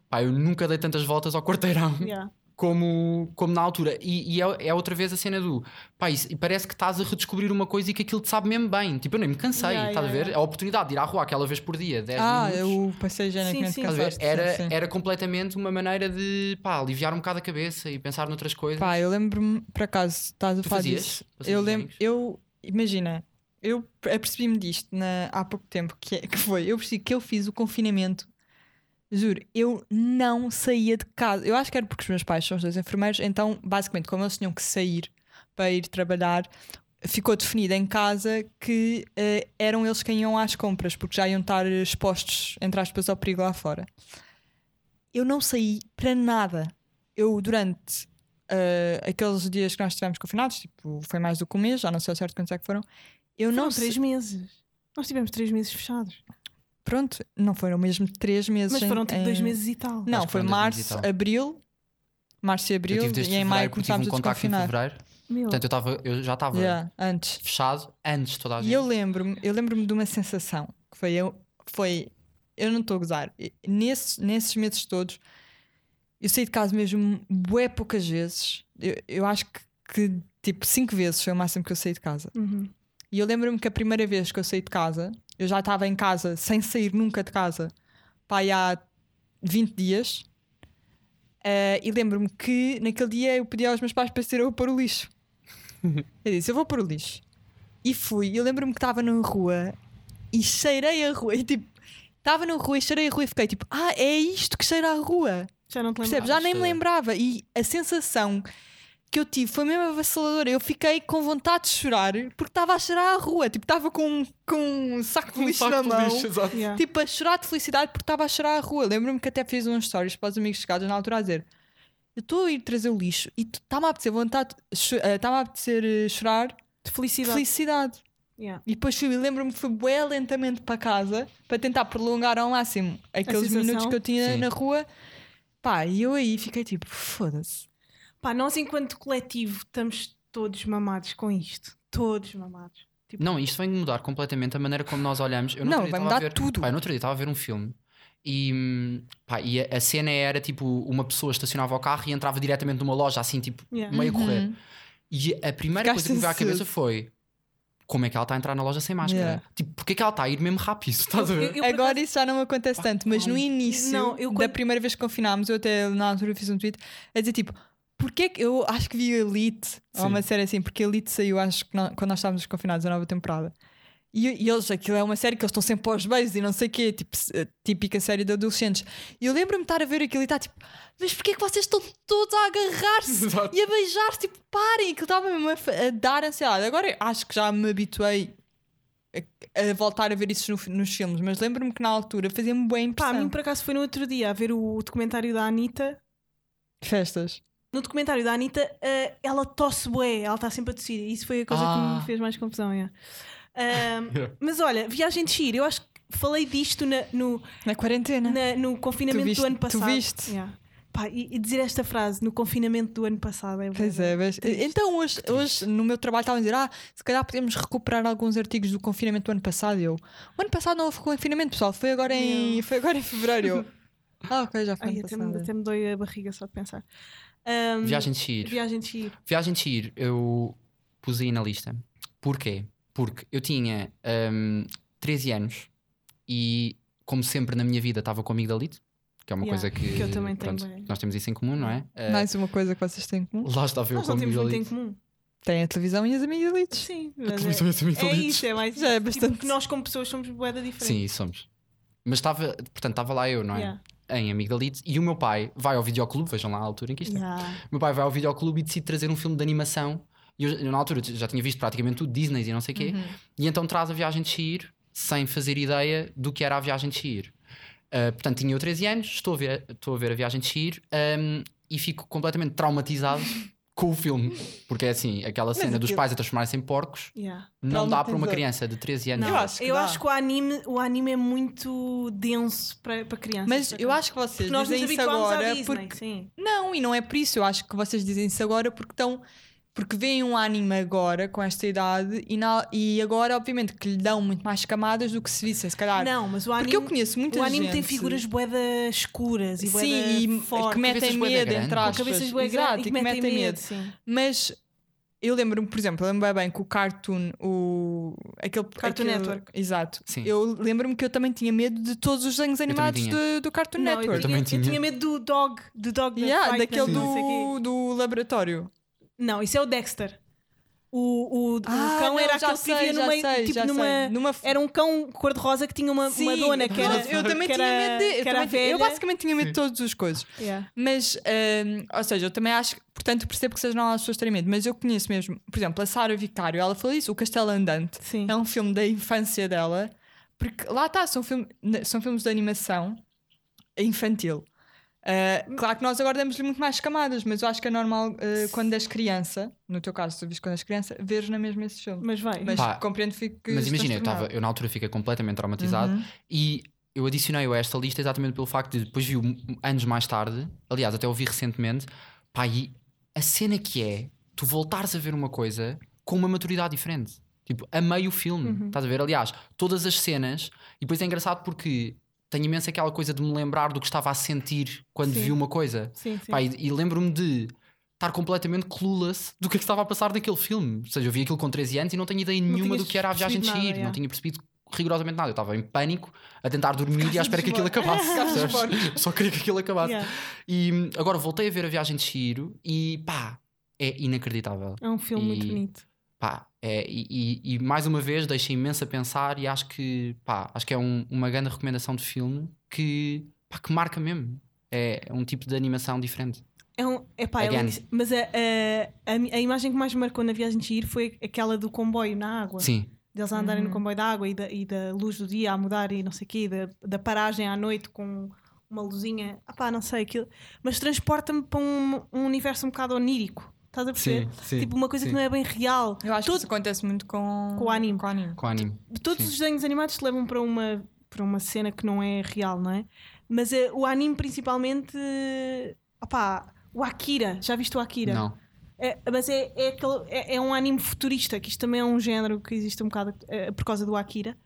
[SPEAKER 3] Pá, eu nunca dei tantas voltas ao quarteirão
[SPEAKER 2] Yeah.
[SPEAKER 3] como, como na altura. E, e é, é outra vez a cena do pá, isso- e parece que estás a redescobrir uma coisa e que aquilo te sabe mesmo bem. Tipo, eu nem me cansei,
[SPEAKER 2] Yeah,
[SPEAKER 3] estás
[SPEAKER 2] yeah,
[SPEAKER 3] a ver?
[SPEAKER 2] yeah.
[SPEAKER 3] A oportunidade de ir à rua aquela vez por dia, 10
[SPEAKER 4] Ah,
[SPEAKER 3] minutos.
[SPEAKER 4] o passeio higiênico
[SPEAKER 2] Sim,
[SPEAKER 4] não
[SPEAKER 2] sim.
[SPEAKER 4] te
[SPEAKER 3] Estás a ver?
[SPEAKER 4] cansaste,
[SPEAKER 3] Era,
[SPEAKER 4] sim, sim.
[SPEAKER 3] era completamente uma maneira de pá, aliviar um bocado a cabeça e pensar noutras coisas.
[SPEAKER 4] Pá, eu lembro-me, por acaso, estás a
[SPEAKER 3] Tu
[SPEAKER 4] falar
[SPEAKER 3] fazias
[SPEAKER 4] disso.
[SPEAKER 3] passeios
[SPEAKER 4] Eu lembro,
[SPEAKER 3] higiênicos?
[SPEAKER 4] eu, imagina, eu apercebi-me disto na- há pouco tempo, que, é- que foi, eu percebi que eu fiz o confinamento, juro, eu não saía de casa. Eu acho que era porque os meus pais são os dois enfermeiros, então, basicamente, como eles tinham que sair para ir trabalhar, ficou definido em casa que eh, eram eles quem iam às compras, porque já iam estar expostos, entre aspas, ao perigo lá fora. Eu não saí para nada. Eu, durante eh, aqueles dias que nós estivemos confinados, tipo, foi mais do que um mês, já não sei ao certo quantos é que foram. Eu
[SPEAKER 2] Foram
[SPEAKER 4] não sei.
[SPEAKER 2] três meses. Nós tivemos três meses fechados.
[SPEAKER 4] Pronto, não foram mesmo três meses.
[SPEAKER 2] Mas
[SPEAKER 4] em-
[SPEAKER 2] foram tipo
[SPEAKER 4] em-
[SPEAKER 3] é.
[SPEAKER 2] dois meses e tal.
[SPEAKER 3] Acho
[SPEAKER 4] Não,
[SPEAKER 3] que um
[SPEAKER 4] foi
[SPEAKER 3] foram dois meses
[SPEAKER 4] março,
[SPEAKER 3] e tal.
[SPEAKER 4] abril. Março e
[SPEAKER 3] eu
[SPEAKER 4] abril,
[SPEAKER 3] tive desde
[SPEAKER 4] e em maio
[SPEAKER 3] fevereiro, porque tive
[SPEAKER 4] começámos
[SPEAKER 3] um
[SPEAKER 4] a
[SPEAKER 3] contacto em
[SPEAKER 4] desconfinar.
[SPEAKER 3] fevereiro.
[SPEAKER 2] Meu.
[SPEAKER 3] Portanto, eu, tava, eu já estava
[SPEAKER 4] Yeah, antes.
[SPEAKER 3] fechado antes de toda a gente.
[SPEAKER 4] E eu lembro-me, eu lembro-me de uma sensação que foi eu, foi, eu não estou a gozar. E Nesses, nesses meses todos, eu saí de casa mesmo bué poucas vezes. Eu, eu acho que, que, tipo cinco vezes foi o máximo que eu saí de casa.
[SPEAKER 2] Uhum.
[SPEAKER 4] E eu lembro-me que a primeira vez que eu saí de casa, eu já estava em casa sem sair nunca de casa, pá, aí há 20 dias. Eh, e lembro-me que naquele dia eu pedi aos meus pais para ser eu a pôr o lixo. eu disse, eu vou pôr o lixo. E fui, eu lembro-me que estava na rua e cheirei a rua. E tipo, estava na rua e cheirei a rua e fiquei tipo, ah, é isto que cheira a rua.
[SPEAKER 2] Já não te lembro.
[SPEAKER 4] Percebes? Já nem me
[SPEAKER 3] Sim.
[SPEAKER 4] lembrava. E a sensação que eu tive foi mesmo avassaladora. Eu fiquei com vontade de chorar porque estava a chorar à rua. Tipo, estava com, com um saco de lixo na mão.
[SPEAKER 2] Yeah.
[SPEAKER 4] Tipo, a chorar de felicidade porque estava a chorar à rua. Lembro-me que até fiz uns stories para os amigos chegados na altura a dizer: Eu estou a ir trazer o lixo e está-me a apetecer vontade, cho- eh, está-me a apetecer eh, chorar
[SPEAKER 2] de
[SPEAKER 4] de
[SPEAKER 2] felicidade.
[SPEAKER 4] felicidade.
[SPEAKER 2] Yeah.
[SPEAKER 4] E depois fui, lembro-me que fui bué lentamente para casa para tentar prolongar ao máximo aqueles
[SPEAKER 2] sensação?
[SPEAKER 4] minutos que eu tinha
[SPEAKER 3] Sim.
[SPEAKER 4] na rua. Pá, e eu aí fiquei tipo, foda-se.
[SPEAKER 2] Pá, nós enquanto coletivo estamos todos mamados com isto. Todos mamados. Tipo,
[SPEAKER 3] Não, isto vem mudar completamente a maneira como nós olhamos. Eu no
[SPEAKER 4] Não,
[SPEAKER 3] outro dia
[SPEAKER 4] vai
[SPEAKER 3] estava a
[SPEAKER 4] mudar
[SPEAKER 3] ver-
[SPEAKER 4] tudo.
[SPEAKER 3] Pá, eu no outro dia estava a ver um filme e, hum, pá, e a, a cena era tipo: uma pessoa estacionava o carro e entrava diretamente numa loja, assim, tipo,
[SPEAKER 2] Yeah.
[SPEAKER 3] meio a correr.
[SPEAKER 4] Uhum.
[SPEAKER 3] E a primeira coisa
[SPEAKER 4] Ficaste
[SPEAKER 3] que me veio à
[SPEAKER 4] ansioso.
[SPEAKER 3] cabeça foi: como é que ela está a entrar na loja sem máscara?
[SPEAKER 4] Yeah.
[SPEAKER 3] Tipo, porque é que ela está a ir mesmo rápido? Estás a ver?
[SPEAKER 2] Eu, por
[SPEAKER 4] Agora
[SPEAKER 2] acaso,
[SPEAKER 4] isso já não me acontece tanto, mas no
[SPEAKER 3] calma.
[SPEAKER 4] início,
[SPEAKER 2] Não, eu
[SPEAKER 4] da
[SPEAKER 2] quando-
[SPEAKER 4] primeira vez que confinámos, eu até na altura fiz um tweet a dizer tipo, porque é que eu acho que vi Elite, ou
[SPEAKER 3] Sim.
[SPEAKER 4] uma série assim, porque Elite saiu, acho que nó- quando nós estávamos confinados, a nova temporada. E, e eles, aquilo é uma série que eles estão sempre aos beijos e não sei o quê, tipo, se- a típica série de adolescentes. E eu lembro-me de estar a ver aquilo e estar tipo, mas porquê é que vocês estão todos a agarrar-se
[SPEAKER 3] Exato.
[SPEAKER 4] e a beijar-se? Tipo, parem, aquilo estava mesmo a, fa- a dar ansiedade. Agora eu acho que já me habituei a, a voltar a ver isso no- nos filmes, mas lembro-me que na altura fazia-me bem
[SPEAKER 2] pá, a
[SPEAKER 4] impressão.
[SPEAKER 2] mim por acaso foi no outro dia a ver o documentário da Anitta.
[SPEAKER 4] Festas.
[SPEAKER 2] No documentário da Anitta, eh, ela tosse bué, ela está sempre a tossir. Isso foi a coisa que
[SPEAKER 3] Ah.
[SPEAKER 2] me fez mais confusão. yeah. Ahm,
[SPEAKER 3] Yeah.
[SPEAKER 2] Mas olha, viagem de Chile, eu acho que falei disto na- no,
[SPEAKER 4] Na quarentena.
[SPEAKER 2] na- no confinamento
[SPEAKER 4] viste-
[SPEAKER 2] do ano
[SPEAKER 4] tu
[SPEAKER 2] passado.
[SPEAKER 4] viste?
[SPEAKER 2] Yeah. Pá, e, e dizer esta frase no confinamento do ano passado é
[SPEAKER 4] Pois
[SPEAKER 2] bué.
[SPEAKER 4] é, vês? Então hoje, hoje no meu trabalho estavam a dizer: ah, se calhar podemos recuperar alguns artigos do confinamento do ano passado. E Eu, o ano passado não houve confinamento, pessoal, foi agora em, foi agora em fevereiro. Eu, ah, ok, já foi
[SPEAKER 2] Ai,
[SPEAKER 4] ano
[SPEAKER 2] até, me,
[SPEAKER 4] passado.
[SPEAKER 2] até me dói a barriga só de pensar. Ahm,
[SPEAKER 3] Viagem de Chile.
[SPEAKER 2] Viagem de Chile.
[SPEAKER 3] Viagem de ir, eu pus aí na lista. Porquê? Porque eu tinha hum, 13 anos e, como sempre na minha vida, estava com o amigdalite, que é uma
[SPEAKER 2] Yeah,
[SPEAKER 3] coisa que,
[SPEAKER 2] que eu também tenho bem.
[SPEAKER 3] nós temos isso em comum, não é? Uh,
[SPEAKER 4] Mais uma coisa que vocês têm em comum:
[SPEAKER 3] Lá estava eu
[SPEAKER 2] Nós
[SPEAKER 3] com o
[SPEAKER 2] não temos muito em
[SPEAKER 3] amigdalite.
[SPEAKER 2] comum.
[SPEAKER 4] têm a televisão e as amigdalites.
[SPEAKER 2] Sim, mas é-
[SPEAKER 3] Também
[SPEAKER 2] É
[SPEAKER 3] tenho amigdalites.
[SPEAKER 2] isso, é mais
[SPEAKER 4] Já é
[SPEAKER 2] isso.
[SPEAKER 4] bastante.
[SPEAKER 2] Tipo, que nós como pessoas somos boeda diferente.
[SPEAKER 3] Sim, somos. Mas estava, portanto, estava lá eu, não é?
[SPEAKER 2] Yeah.
[SPEAKER 3] Em amigdalite. E o meu pai vai ao videoclube, vejam lá a altura em que isto é.
[SPEAKER 2] Yeah.
[SPEAKER 3] O meu pai vai ao videoclube e decide trazer um filme de animação. E eu, eu, na altura já tinha visto praticamente tudo, Disney e não sei o
[SPEAKER 2] Uhum.
[SPEAKER 3] quê. E então traz a viagem de Shir sem fazer ideia do que era a viagem de Shir. Ah, portanto, tinha eu 13 anos, estou a ver, estou a, ver a viagem de Shir e fico completamente traumatizado com o filme. Porque é assim, aquela cena dos
[SPEAKER 4] aquilo-
[SPEAKER 3] pais a transformarem-se em porcos
[SPEAKER 2] Yeah.
[SPEAKER 3] não
[SPEAKER 4] Não
[SPEAKER 3] dá
[SPEAKER 4] tem
[SPEAKER 3] para uma
[SPEAKER 4] dor.
[SPEAKER 3] criança de 13 anos.
[SPEAKER 2] Não,
[SPEAKER 4] Eu acho que
[SPEAKER 2] eu
[SPEAKER 4] dá.
[SPEAKER 2] acho que o anime, o anime é muito denso para, para crianças.
[SPEAKER 4] Mas
[SPEAKER 2] por
[SPEAKER 4] eu
[SPEAKER 2] acaso.
[SPEAKER 4] acho que vocês
[SPEAKER 2] é Porque nós nos
[SPEAKER 4] dizem isso
[SPEAKER 2] habituámos à
[SPEAKER 4] agora
[SPEAKER 2] Disney,
[SPEAKER 4] porque.
[SPEAKER 2] sim.
[SPEAKER 4] Não, e não é por isso. Eu acho que vocês dizem isso agora porque estão. Porque veem um anime agora, com esta idade, e, na- e agora, obviamente, que lhe dão muito mais camadas do que se vissem, se calhar.
[SPEAKER 2] Não, mas o anime,
[SPEAKER 4] porque eu conheço muita
[SPEAKER 2] o
[SPEAKER 4] gente.
[SPEAKER 2] anime tem figuras boeda escuras e boeda
[SPEAKER 4] Sim, e
[SPEAKER 2] fortes.
[SPEAKER 4] que metem
[SPEAKER 3] Cabeças bué da
[SPEAKER 4] medo,
[SPEAKER 3] grande.
[SPEAKER 4] entre
[SPEAKER 3] Com
[SPEAKER 2] com
[SPEAKER 4] aspas.
[SPEAKER 2] cabeças bué
[SPEAKER 4] Exato,
[SPEAKER 2] grandes e que metem medo. sim.
[SPEAKER 4] Mas eu lembro-me, por exemplo, eu lembro bem que o Cartoon, o. Aquele,
[SPEAKER 2] Cartoon
[SPEAKER 4] aquele-
[SPEAKER 2] Network.
[SPEAKER 4] Exato.
[SPEAKER 3] Sim.
[SPEAKER 4] Eu lembro-me que eu também tinha medo de todos os desenhos
[SPEAKER 3] também
[SPEAKER 4] animados
[SPEAKER 3] tinha.
[SPEAKER 4] do, do Cartoon
[SPEAKER 2] Não, eu,
[SPEAKER 4] Network.
[SPEAKER 2] tinha,
[SPEAKER 3] também
[SPEAKER 2] eu
[SPEAKER 3] tinha.
[SPEAKER 2] tinha medo do dog, do dog
[SPEAKER 4] Yeah,
[SPEAKER 2] da
[SPEAKER 4] daquele
[SPEAKER 2] Não, sei quê.
[SPEAKER 4] do, do laboratório.
[SPEAKER 2] Não, isso é o Dexter. O, o, o cão
[SPEAKER 4] Ah, não,
[SPEAKER 2] era
[SPEAKER 4] já
[SPEAKER 2] aquele
[SPEAKER 4] sei,
[SPEAKER 2] que vivia
[SPEAKER 4] já
[SPEAKER 2] numa,
[SPEAKER 4] sei,
[SPEAKER 2] tipo
[SPEAKER 4] já sei.
[SPEAKER 2] numa,
[SPEAKER 4] numa f-
[SPEAKER 2] Era um cão cor-de-rosa que tinha uma, uma
[SPEAKER 4] Sim,
[SPEAKER 2] dona que era.
[SPEAKER 4] pronto, eu também
[SPEAKER 2] que
[SPEAKER 4] tinha
[SPEAKER 2] era-
[SPEAKER 4] medo de, eu,
[SPEAKER 2] que era
[SPEAKER 4] também tinha- eu
[SPEAKER 2] velha.
[SPEAKER 4] basicamente tinha medo de todas as coisas
[SPEAKER 2] Yeah.
[SPEAKER 4] mas hum, ou seja, eu também acho que- portanto percebo que seja não as pessoas terem medo, mas eu conheço mesmo, por exemplo, a Sara Vicário ela falou isso, o Castelo Andante
[SPEAKER 2] Sim.
[SPEAKER 4] é um filme da infância dela porque lá está, são, filme, são filmes de animação infantil Uh, claro que nós agora damos-lhe muito mais camadas, mas eu acho que é normal uh, quando és criança, no teu caso, tu viste quando és criança, veres na mesma esse filme.
[SPEAKER 2] Mas vai.
[SPEAKER 4] Mas
[SPEAKER 3] Pá,
[SPEAKER 4] compreendo que fiques
[SPEAKER 3] Mas imagina, eu,
[SPEAKER 4] transtornado.
[SPEAKER 3] tava, eu na altura fiquei completamente traumatizado e eu adicionei a esta lista exatamente pelo facto de depois vi o- anos mais tarde, aliás, até ouvi recentemente, pá, e a cena que é tu voltares a ver uma coisa com uma maturidade diferente. Tipo, amei o filme, estás a ver? Aliás, todas as cenas, e depois é engraçado porque tenho imenso aquela coisa de me lembrar do que estava a sentir quando
[SPEAKER 2] Sim.
[SPEAKER 3] vi uma coisa.
[SPEAKER 2] Sim, sim.
[SPEAKER 3] Pá, e e lembro-me de estar completamente clueless do que é que estava a passar naquele filme. Ou seja, eu vi aquilo com 13 anos e não tenho ideia nenhuma
[SPEAKER 2] tinhas
[SPEAKER 3] do que era a viagem
[SPEAKER 2] percebido
[SPEAKER 3] de
[SPEAKER 2] nada, é.
[SPEAKER 3] Shihiro. Não
[SPEAKER 2] yeah.
[SPEAKER 3] tinha percebido rigorosamente nada. Eu estava em pânico, a tentar dormir e à espera que aquilo acabasse.
[SPEAKER 4] causa dos
[SPEAKER 3] percebes? Só queria que aquilo acabasse.
[SPEAKER 2] Yeah.
[SPEAKER 3] E hum, agora voltei a ver a viagem de Shihiro e pá, é inacreditável.
[SPEAKER 2] É um filme muito
[SPEAKER 3] E-
[SPEAKER 2] bonito.
[SPEAKER 3] Pá, é, e, e- e mais uma vez deixa imenso a pensar e acho que, pá, acho que é um- uma grande recomendação de filme que, pá, que marca mesmo. É um tipo de animação diferente.
[SPEAKER 2] É um, epá, é
[SPEAKER 3] Again.
[SPEAKER 2] lindíssimo. mas a, a, a mi- a imagem que mais me marcou na viagem de Shihiro foi aquela do comboio na água.
[SPEAKER 3] Sim.
[SPEAKER 2] Deles a andarem no comboio da água e da, e da luz do dia a mudar e não sei o quê, da, da paragem à noite com uma luzinha. Ah pá, não sei aquilo. Mas transporta-me para um, um universo um bocado onírico. Estás a perceber?
[SPEAKER 3] sim,
[SPEAKER 2] tipo uma coisa
[SPEAKER 3] sim.
[SPEAKER 2] que não é bem real.
[SPEAKER 4] Eu acho que
[SPEAKER 2] Todo-
[SPEAKER 4] isso acontece muito com,
[SPEAKER 2] Com o anime.
[SPEAKER 3] Com anime.
[SPEAKER 2] todos
[SPEAKER 3] Sim.
[SPEAKER 2] os desenhos animados te levam para uma, para uma cena que não é real, não é? Mas eh, o anime principalmente. eh, opá, o Akira, já viste o Akira?
[SPEAKER 3] Não.
[SPEAKER 2] É, mas é, é, aquele- é- é um anime futurista, que isto também é um género que existe um bocado eh, por causa do Akira.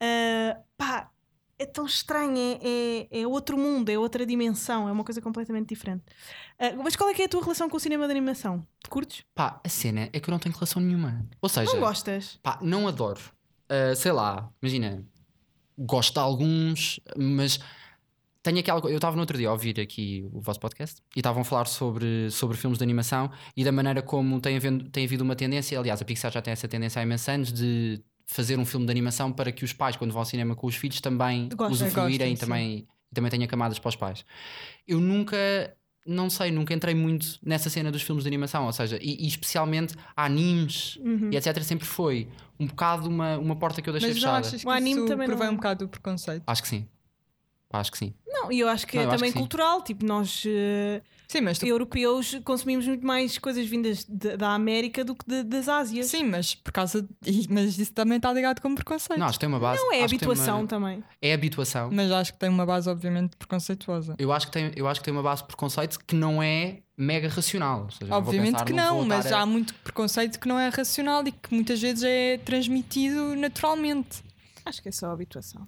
[SPEAKER 2] Ah, pá, é tão estranho, é, é- é outro mundo, é outra dimensão, é uma coisa completamente diferente. Ah, mas qual é que é a tua relação com o cinema de animação? Curtes?
[SPEAKER 3] Pá, a cena é que eu não tenho relação nenhuma. Ou seja,
[SPEAKER 2] Não gostas?
[SPEAKER 3] pá, não adoro. Ah, sei lá, imagina, gosto de alguns, mas tenho aquela coisa. Eu estava no outro dia a ouvir aqui o vosso podcast e estavam a falar sobre, sobre filmes de animação e da maneira como tem, havendo, tem havido uma tendência. Aliás, a Pixar já tem essa tendência há imensos anos de fazer um filme de animação para que os pais, quando vão ao cinema com os filhos, também
[SPEAKER 2] Gostem.
[SPEAKER 3] usufruírem e
[SPEAKER 4] Gostem,
[SPEAKER 3] também, e também tenha camadas para os pais. Eu nunca não sei, nunca entrei muito nessa cena dos filmes de animação, ou seja, e, e especialmente animes
[SPEAKER 2] Uhum.
[SPEAKER 3] e etc. Sempre foi um bocado uma, uma porta que eu deixei
[SPEAKER 4] Hum. Mas não
[SPEAKER 3] fechada.
[SPEAKER 4] achas que
[SPEAKER 2] O anime
[SPEAKER 4] isso
[SPEAKER 2] também não- é
[SPEAKER 4] provém um bocado do preconceito?
[SPEAKER 3] Acho que sim. Pá, acho que sim.
[SPEAKER 2] Não, e eu acho que
[SPEAKER 3] Não,
[SPEAKER 2] é
[SPEAKER 3] eu acho
[SPEAKER 2] também
[SPEAKER 3] que sim.
[SPEAKER 2] cultural, tipo, nós. eh,
[SPEAKER 4] Sim, mas tu-
[SPEAKER 2] europeus consumimos muito mais coisas vindas de- da América do que de- das Ásias.
[SPEAKER 4] Sim, mas por causa. de- e- Mas isso também está ligado com preconceito.
[SPEAKER 3] Não, acho que tem uma base.
[SPEAKER 2] Não é
[SPEAKER 3] acho que tem
[SPEAKER 2] habituação
[SPEAKER 3] uma-
[SPEAKER 2] também.
[SPEAKER 3] É habituação.
[SPEAKER 4] Mas acho que tem uma base, obviamente, preconceituosa.
[SPEAKER 3] Eu acho, que tem, eu acho que tem uma base de preconceito que não é mega racional. Ou seja, não vou
[SPEAKER 4] obviamente
[SPEAKER 3] pensar,
[SPEAKER 4] que
[SPEAKER 3] vou
[SPEAKER 4] não,
[SPEAKER 3] voltar
[SPEAKER 4] mas
[SPEAKER 3] a-
[SPEAKER 4] há muito preconceito que não é racional e que muitas vezes é transmitido naturalmente.
[SPEAKER 2] Acho que é só habituação.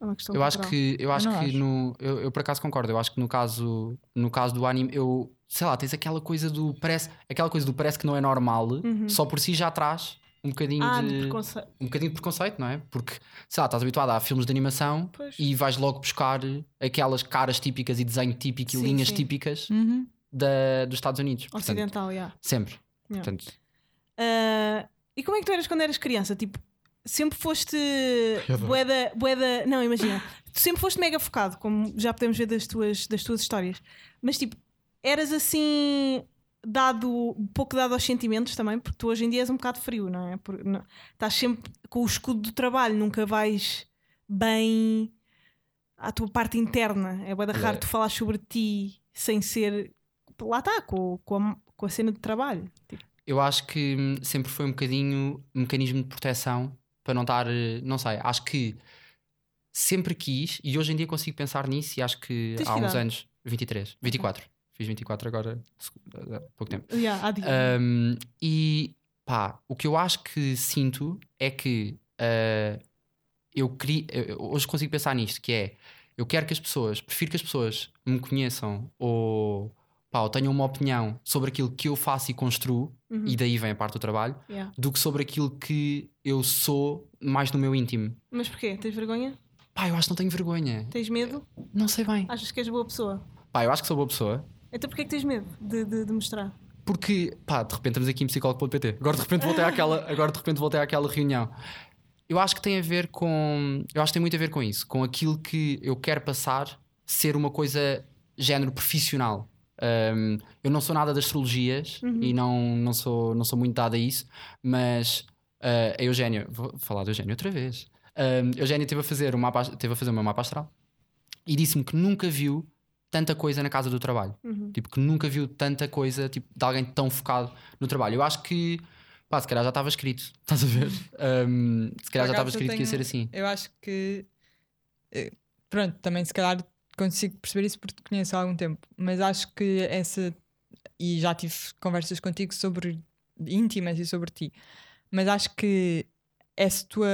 [SPEAKER 2] É uma questão
[SPEAKER 3] Eu acho
[SPEAKER 2] cultural.
[SPEAKER 3] que, eu acho
[SPEAKER 4] não
[SPEAKER 3] que
[SPEAKER 4] acho.
[SPEAKER 3] no. Eu, eu por acaso concordo. Eu acho que no caso, no caso do anime, eu sei lá, tens aquela coisa do parece, aquela coisa do parece que não é normal,
[SPEAKER 4] Uhum.
[SPEAKER 3] só por si já traz um bocadinho
[SPEAKER 2] Ah, de
[SPEAKER 3] de,
[SPEAKER 2] preconceito.
[SPEAKER 3] um bocadinho de preconceito, não é? Porque, sei lá, estás habituado a filmes de animação
[SPEAKER 2] Pois.
[SPEAKER 3] e vais logo buscar aquelas caras típicas e desenho típico e
[SPEAKER 2] Sim,
[SPEAKER 3] linhas
[SPEAKER 2] sim.
[SPEAKER 3] típicas
[SPEAKER 4] Uhum.
[SPEAKER 3] da, dos Estados Unidos. Portanto,
[SPEAKER 2] Ocidental, já.
[SPEAKER 3] sempre.
[SPEAKER 2] Yeah.
[SPEAKER 3] Portanto,
[SPEAKER 2] Ah, e como é que tu eras quando eras criança? Tipo, sempre foste boeda, boeda. Não, imagina. Tu sempre foste mega focado, como já podemos ver das tuas, das tuas histórias. Mas tipo, eras assim. Dado, pouco dado aos sentimentos também, porque tu hoje em dia és um bocado frio, não é? Por- não- estás sempre com o escudo do trabalho, nunca vais bem à tua parte interna. É bué da
[SPEAKER 3] Olha,
[SPEAKER 2] raro tu falas sobre ti sem ser tipo, lá está, com, com, a, com a cena de trabalho. Tipo,
[SPEAKER 3] Eu acho que hum, sempre foi um bocadinho um mecanismo de proteção para não estar, eh, não sei, acho que sempre quis e hoje em dia consigo pensar nisso e acho que
[SPEAKER 2] Tens
[SPEAKER 3] há
[SPEAKER 2] que
[SPEAKER 3] uns
[SPEAKER 2] idade?
[SPEAKER 3] anos, 23, 24, fiz 24 agora, seg- há pouco tempo.
[SPEAKER 2] yeah, há dias.
[SPEAKER 3] Um, e pá, o que eu acho que sinto é que uh, eu queria. eu- eu hoje consigo pensar nisto, que é eu quero que as pessoas, prefiro que as pessoas me conheçam ou, pá, ou tenham uma opinião sobre aquilo que eu faço e construo,
[SPEAKER 2] Uhum,
[SPEAKER 3] e daí vem a parte do trabalho,
[SPEAKER 2] yeah.
[SPEAKER 3] do que sobre aquilo que eu sou mais no meu íntimo.
[SPEAKER 2] Mas porquê? Tens vergonha?
[SPEAKER 3] Pá, eu acho que não tenho vergonha.
[SPEAKER 2] Tens medo?
[SPEAKER 3] Não sei bem.
[SPEAKER 2] Achas que és boa pessoa?
[SPEAKER 3] Pá, eu acho que sou boa pessoa.
[SPEAKER 2] Então porquê é que tens medo de, de, de mostrar?
[SPEAKER 3] Porque, pá, de repente estamos aqui em psicólogo.pt. Agora de repente voltei àquela, agora de repente voltei àquela reunião. Eu acho que tem a ver com, eu acho que tem muito a ver com isso, com aquilo que eu quero passar ser uma coisa género profissional. Ahm, eu não sou nada das astrologias
[SPEAKER 4] Uhum.
[SPEAKER 3] e não, não, sou, não sou muito dada a isso, mas ah, a Eugénia, vou falar do Eugénia outra vez. Ahm, a Eugénia teve a fazer um mapa, teve a fazer o meu mapa astral e disse-me que nunca viu tanta coisa na casa do trabalho.
[SPEAKER 4] Uhum.
[SPEAKER 3] Tipo, que nunca viu tanta coisa tipo, de alguém tão focado no trabalho. Eu acho que, pá, se calhar já estava escrito, estás a ver? Um, se calhar já estava
[SPEAKER 4] Por acaso eu
[SPEAKER 3] escrito que ia ser
[SPEAKER 4] tenho-
[SPEAKER 3] assim.
[SPEAKER 4] Eu acho que. eh, Pronto, também se calhar consigo perceber isso porque te conheço há algum tempo, mas acho que essa. E já tive conversas contigo sobre. íntimas e sobre ti, mas acho que essa tua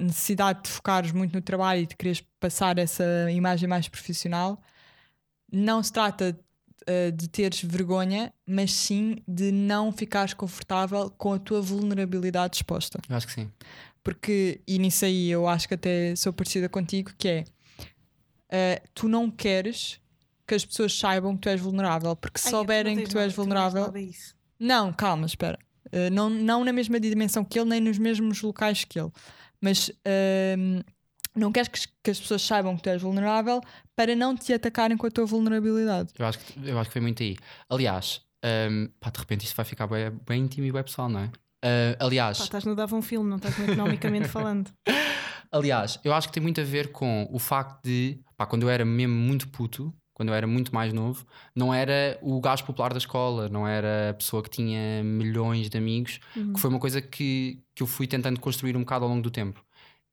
[SPEAKER 4] necessidade de focares muito no trabalho e de quereres passar essa imagem mais profissional não se trata. eh, De teres vergonha, mas sim de não ficares confortável com a tua vulnerabilidade exposta
[SPEAKER 3] Eu acho que sim.
[SPEAKER 4] porque, e nisso aí eu acho que até sou parecida contigo, que é eh, tu não queres que as pessoas saibam que tu és vulnerável, porque se
[SPEAKER 2] Ai,
[SPEAKER 4] souberem
[SPEAKER 2] tens
[SPEAKER 4] que tu
[SPEAKER 2] nada- não
[SPEAKER 4] és vulnerável.
[SPEAKER 2] nada a isso.
[SPEAKER 4] Não, calma, espera. Eh, não, não na mesma dimensão que ele, nem nos mesmos locais que ele. Mas ehm, não queres que, as- que as pessoas saibam que tu és vulnerável para não te atacarem com a tua vulnerabilidade.
[SPEAKER 3] Eu acho que, eu acho que foi muito aí. Aliás, um, pá, de repente isto vai ficar bem, bem íntimo e bem pessoal, não é? Ah, aliás,
[SPEAKER 2] Pá, estás no dava um filme, não estás no economicamente falando.
[SPEAKER 3] Aliás, eu acho que tem muito a ver com o facto de, pá, quando eu era mesmo muito puto, quando eu era muito mais novo, não era o gajo popular da escola, não era a pessoa que tinha milhões de amigos,
[SPEAKER 2] Uhum,
[SPEAKER 3] que foi uma coisa que, que eu fui tentando construir um bocado ao longo do tempo.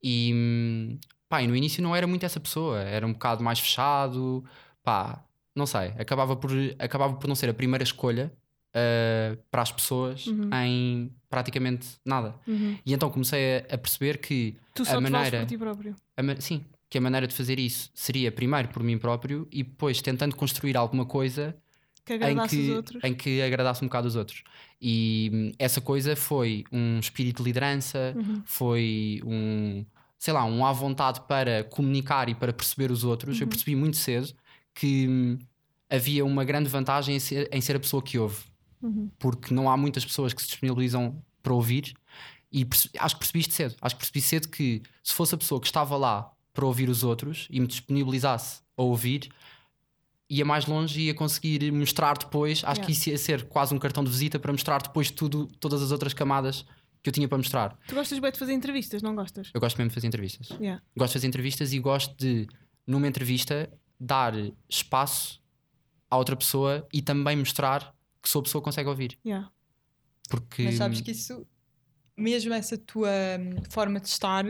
[SPEAKER 3] E, hum, pá, e no início não era muito essa pessoa, era um bocado mais fechado, pá, não sei, acabava por, acabava por não ser a primeira escolha ah, para as pessoas
[SPEAKER 2] Uhum.
[SPEAKER 3] em praticamente nada.
[SPEAKER 2] Uhum.
[SPEAKER 3] E então comecei a- a perceber que
[SPEAKER 2] Tu só
[SPEAKER 3] A
[SPEAKER 2] te vales
[SPEAKER 3] maneira-
[SPEAKER 2] por ti próprio.
[SPEAKER 3] a ma- sim, que a maneira de fazer isso seria primeiro por mim próprio e depois tentando construir alguma coisa
[SPEAKER 2] Que
[SPEAKER 3] em
[SPEAKER 2] agradasse os
[SPEAKER 3] que,
[SPEAKER 2] outros.
[SPEAKER 3] em que agradasse um bocado os outros. E hum, essa coisa foi um espírito de liderança,
[SPEAKER 2] Uhum.
[SPEAKER 3] foi um, sei lá, um à vontade para comunicar e para perceber os outros. Eu
[SPEAKER 2] Uhum.
[SPEAKER 3] percebi muito cedo que hum, havia uma grande vantagem em ser, em ser a pessoa que ouve
[SPEAKER 2] Uhum.
[SPEAKER 3] porque não há muitas pessoas que se disponibilizam para ouvir e perce- acho que percebi isto cedo. Acho que percebi cedo que se fosse a pessoa que estava lá para ouvir os outros e me disponibilizasse a ouvir, ia mais longe e ia conseguir mostrar depois. Acho
[SPEAKER 2] Yeah.
[SPEAKER 3] que isso ia ser quase um cartão de visita para mostrar depois tudo, todas as outras camadas que eu tinha para mostrar.
[SPEAKER 2] Tu gostas bem de fazer entrevistas, não gostas?
[SPEAKER 3] Eu gosto mesmo de fazer entrevistas.
[SPEAKER 2] Yeah.
[SPEAKER 3] Gosto de fazer entrevistas e gosto de, numa entrevista, dar espaço à outra pessoa e também mostrar que sou a pessoa que consegue ouvir.
[SPEAKER 2] Yeah.
[SPEAKER 3] Porque
[SPEAKER 4] Mas sabes que isso, mesmo essa tua hum, forma de estar,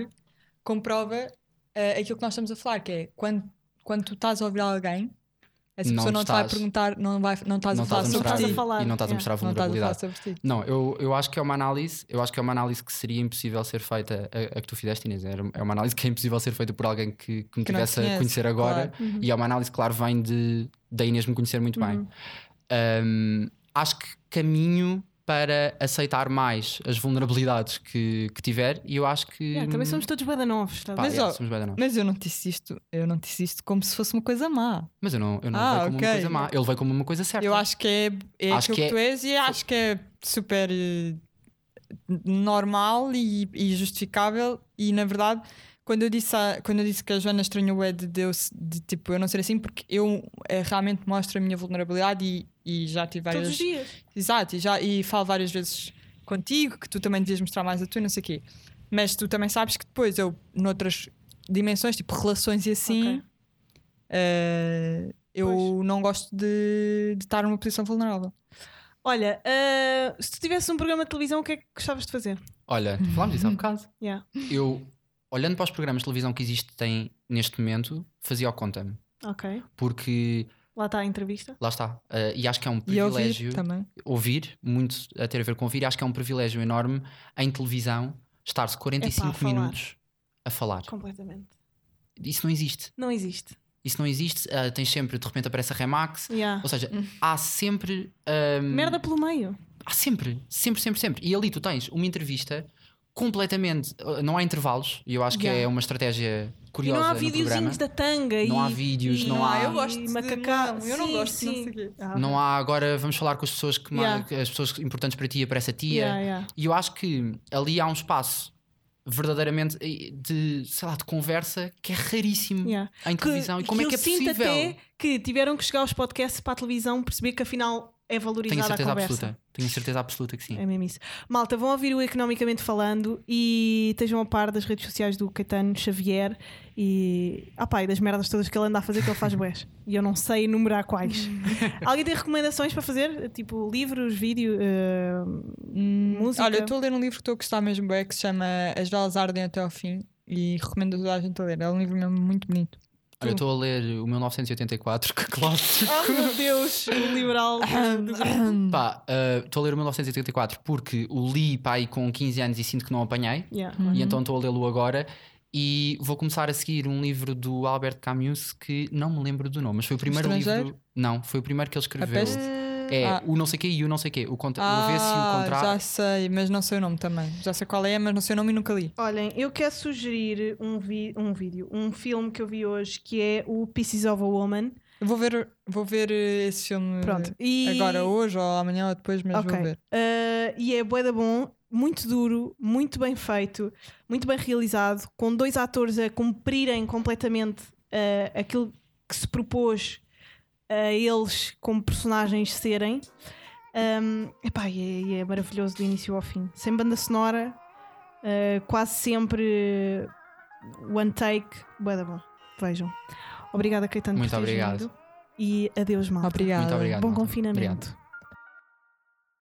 [SPEAKER 4] comprova eh, aquilo que nós estamos a falar, que é quando, quando tu estás a ouvir alguém, essa
[SPEAKER 3] Não
[SPEAKER 4] pessoa não te vai
[SPEAKER 3] estás.
[SPEAKER 4] perguntar, não, vai, não estás
[SPEAKER 3] não
[SPEAKER 4] a falar
[SPEAKER 3] estás a
[SPEAKER 4] sobre
[SPEAKER 3] mostrar
[SPEAKER 4] ti.
[SPEAKER 2] Não estás a falar,
[SPEAKER 3] e não estás a
[SPEAKER 2] é.
[SPEAKER 3] mostrar
[SPEAKER 4] Não estás a falar
[SPEAKER 3] vulnerabilidade.
[SPEAKER 4] sobre ti.
[SPEAKER 3] Não, eu, eu acho que é uma análise, eu acho que é uma análise que seria impossível ser feita, a, a que tu fizeste, Inês. Era- É uma análise que é impossível ser feita por alguém que, que me
[SPEAKER 4] Que não te
[SPEAKER 3] tivesse a
[SPEAKER 4] conhece,
[SPEAKER 3] conhecer agora.
[SPEAKER 4] claro. Uhum.
[SPEAKER 2] Uhum.
[SPEAKER 3] E é uma análise, claro, vem de, da Inês me conhecer muito bem. Um, acho que caminho para aceitar mais as vulnerabilidades que, que tiver e eu acho que.
[SPEAKER 4] É,
[SPEAKER 2] Yeah, também somos todos bada novos, estás a
[SPEAKER 3] Hum. Pá,
[SPEAKER 2] ver?
[SPEAKER 4] Mas,
[SPEAKER 3] mas,
[SPEAKER 4] ó,
[SPEAKER 3] somos bem, não.
[SPEAKER 4] Mas eu não te disse isto, eu não te disse isto como se fosse uma coisa má.
[SPEAKER 3] mas eu não, eu não
[SPEAKER 4] Ah,
[SPEAKER 3] vejo como
[SPEAKER 4] ok.
[SPEAKER 3] uma coisa má, ele veio como uma coisa certa.
[SPEAKER 4] Eu acho que é, é
[SPEAKER 3] Acho
[SPEAKER 4] aquilo que,
[SPEAKER 3] que é-
[SPEAKER 4] tu és e acho que é super eh, normal e, e justificável. E na verdade, quando eu disse, a- quando eu disse que a Joana estranhou é de Deus, de tipo eu não ser assim, porque eu eh, realmente mostro a minha vulnerabilidade e, e já tive várias.
[SPEAKER 2] Todos os dias.
[SPEAKER 4] Exato, e, já, e falo várias vezes contigo que tu também devias mostrar mais a tua, não sei o quê. Mas tu também sabes que depois eu, noutras dimensões, tipo relações e assim,
[SPEAKER 2] Ok.
[SPEAKER 4] eh, Eu
[SPEAKER 2] Pois.
[SPEAKER 4] não gosto de, de estar numa posição vulnerável.
[SPEAKER 2] Olha, ah, se tu tivesses um programa de televisão, o que é que gostavas de fazer?
[SPEAKER 3] Olha, falámos disso há bocado.
[SPEAKER 2] Uhum. Yeah.
[SPEAKER 3] Eu, olhando para os programas de televisão que existem neste momento, fazia o conta-me.
[SPEAKER 2] Ok.
[SPEAKER 3] Porque
[SPEAKER 2] Lá está a entrevista.
[SPEAKER 3] lá está. eh, e acho que é um
[SPEAKER 4] E a ouvir
[SPEAKER 3] privilégio
[SPEAKER 4] também.
[SPEAKER 3] ouvir, muito a ter a ver com ouvir, e acho que é um privilégio enorme em televisão estar-se 45
[SPEAKER 2] a falar.
[SPEAKER 3] minutos a falar.
[SPEAKER 2] Completamente.
[SPEAKER 3] Isso não existe.
[SPEAKER 2] Não existe.
[SPEAKER 3] Isso não existe. eh, tens sempre, de repente aparece a Remax.
[SPEAKER 2] Yeah.
[SPEAKER 3] Ou seja, há sempre. ehm, ahm,
[SPEAKER 2] Hum. Merda pelo meio.
[SPEAKER 3] Há sempre, sempre, sempre, sempre. E ali tu tens uma entrevista completamente. eh, Não há intervalos, e eu acho que
[SPEAKER 4] Yeah.
[SPEAKER 3] é uma estratégia
[SPEAKER 2] E
[SPEAKER 3] curiosa.
[SPEAKER 2] não há
[SPEAKER 3] no
[SPEAKER 2] videozinhos
[SPEAKER 3] programa.
[SPEAKER 2] da tanga.
[SPEAKER 3] Não
[SPEAKER 2] e,
[SPEAKER 3] há vídeos,
[SPEAKER 2] e-
[SPEAKER 3] não há-
[SPEAKER 4] eu gosto
[SPEAKER 2] e
[SPEAKER 4] de
[SPEAKER 2] macacá-
[SPEAKER 4] não, eu não
[SPEAKER 2] Sim,
[SPEAKER 4] gosto de não
[SPEAKER 2] sim.
[SPEAKER 4] sei quê.
[SPEAKER 2] Ah.
[SPEAKER 3] Não há agora, vamos falar com as pessoas que mais-
[SPEAKER 2] Yeah.
[SPEAKER 3] que- as pessoas importantes para ti, aparece a tia.
[SPEAKER 2] Yeah, yeah.
[SPEAKER 3] E eu acho que ali há um espaço verdadeiramente eh, de, sei lá, de conversa que é raríssimo
[SPEAKER 2] Yeah.
[SPEAKER 3] em televisão. e como é
[SPEAKER 2] eu
[SPEAKER 3] que é
[SPEAKER 2] sinto
[SPEAKER 3] possível?
[SPEAKER 2] até que tiveram que chegar os podcasts para a televisão perceber que afinal é
[SPEAKER 3] Tenho a
[SPEAKER 2] valorizada a
[SPEAKER 3] certeza
[SPEAKER 2] conversa.
[SPEAKER 3] absoluta. Tenho a certeza absoluta que sim.
[SPEAKER 2] É mesmo isso. Malta, vão ouvir o Economicamente Falando e estejam a par das redes sociais do Caetano Xavier e, ah pá, e das merdas todas que ele anda a fazer que ele faz bués. E eu não sei enumerar quais. Alguém tem recomendações para fazer? Tipo livros, vídeo, eh, música?
[SPEAKER 4] Olha, eu estou a ler um livro que estou a gostar mesmo bem, que se chama As Velas Ardem até ao Fim e recomendo a toda a gente a ler. É um livro mesmo muito bonito.
[SPEAKER 3] Olha, eu estou a ler o 1984, que clássico.
[SPEAKER 2] Oh meu Deus, o liberal.
[SPEAKER 3] Pá, eh, estou a ler o 1984 porque o li pá, aí com 15 anos e sinto que não apanhei.
[SPEAKER 2] Yeah.
[SPEAKER 4] Uhum.
[SPEAKER 3] E então estou a lê-lo agora. E vou começar a seguir um livro do Albert Camus que não me lembro do nome, mas foi o primeiro
[SPEAKER 4] Estrangeiro?
[SPEAKER 3] livro. Não, foi o primeiro que ele escreveu.
[SPEAKER 4] Peste?
[SPEAKER 3] É
[SPEAKER 4] Ah.
[SPEAKER 3] o não sei quê e o não sei quê. O, contra... o avesso e o
[SPEAKER 4] Ah,
[SPEAKER 3] contrário.
[SPEAKER 4] já sei, mas não sei o nome também. Já sei qual é, mas não sei o nome e nunca li.
[SPEAKER 2] Olhem, eu quero sugerir um, vi- um vídeo, um filme que eu vi hoje que é o Pieces of a Woman.
[SPEAKER 4] Eu Vou ver, vou ver eh, esse filme
[SPEAKER 2] Pronto. E...
[SPEAKER 4] Hum, agora, hoje ou amanhã ou depois, mas
[SPEAKER 2] Ok.
[SPEAKER 4] vou ver.
[SPEAKER 2] Uh, e é bué da bom, muito duro, muito bem feito, muito bem realizado, com dois atores a cumprirem completamente uh, aquilo que se propôs a eles como personagens serem. Um, epá, e é, e é maravilhoso do início ao fim. Sem banda sonora, uh, quase sempre uh, one take, bué da bom. Vejam. Obrigada, Caetano,
[SPEAKER 3] Muito
[SPEAKER 2] por teres
[SPEAKER 3] obrigado.
[SPEAKER 2] vindo. E adeus, malta.
[SPEAKER 4] Obrigada.
[SPEAKER 3] Muito obrigado.
[SPEAKER 2] Bom
[SPEAKER 3] malta.
[SPEAKER 2] confinamento.
[SPEAKER 3] Obrigado.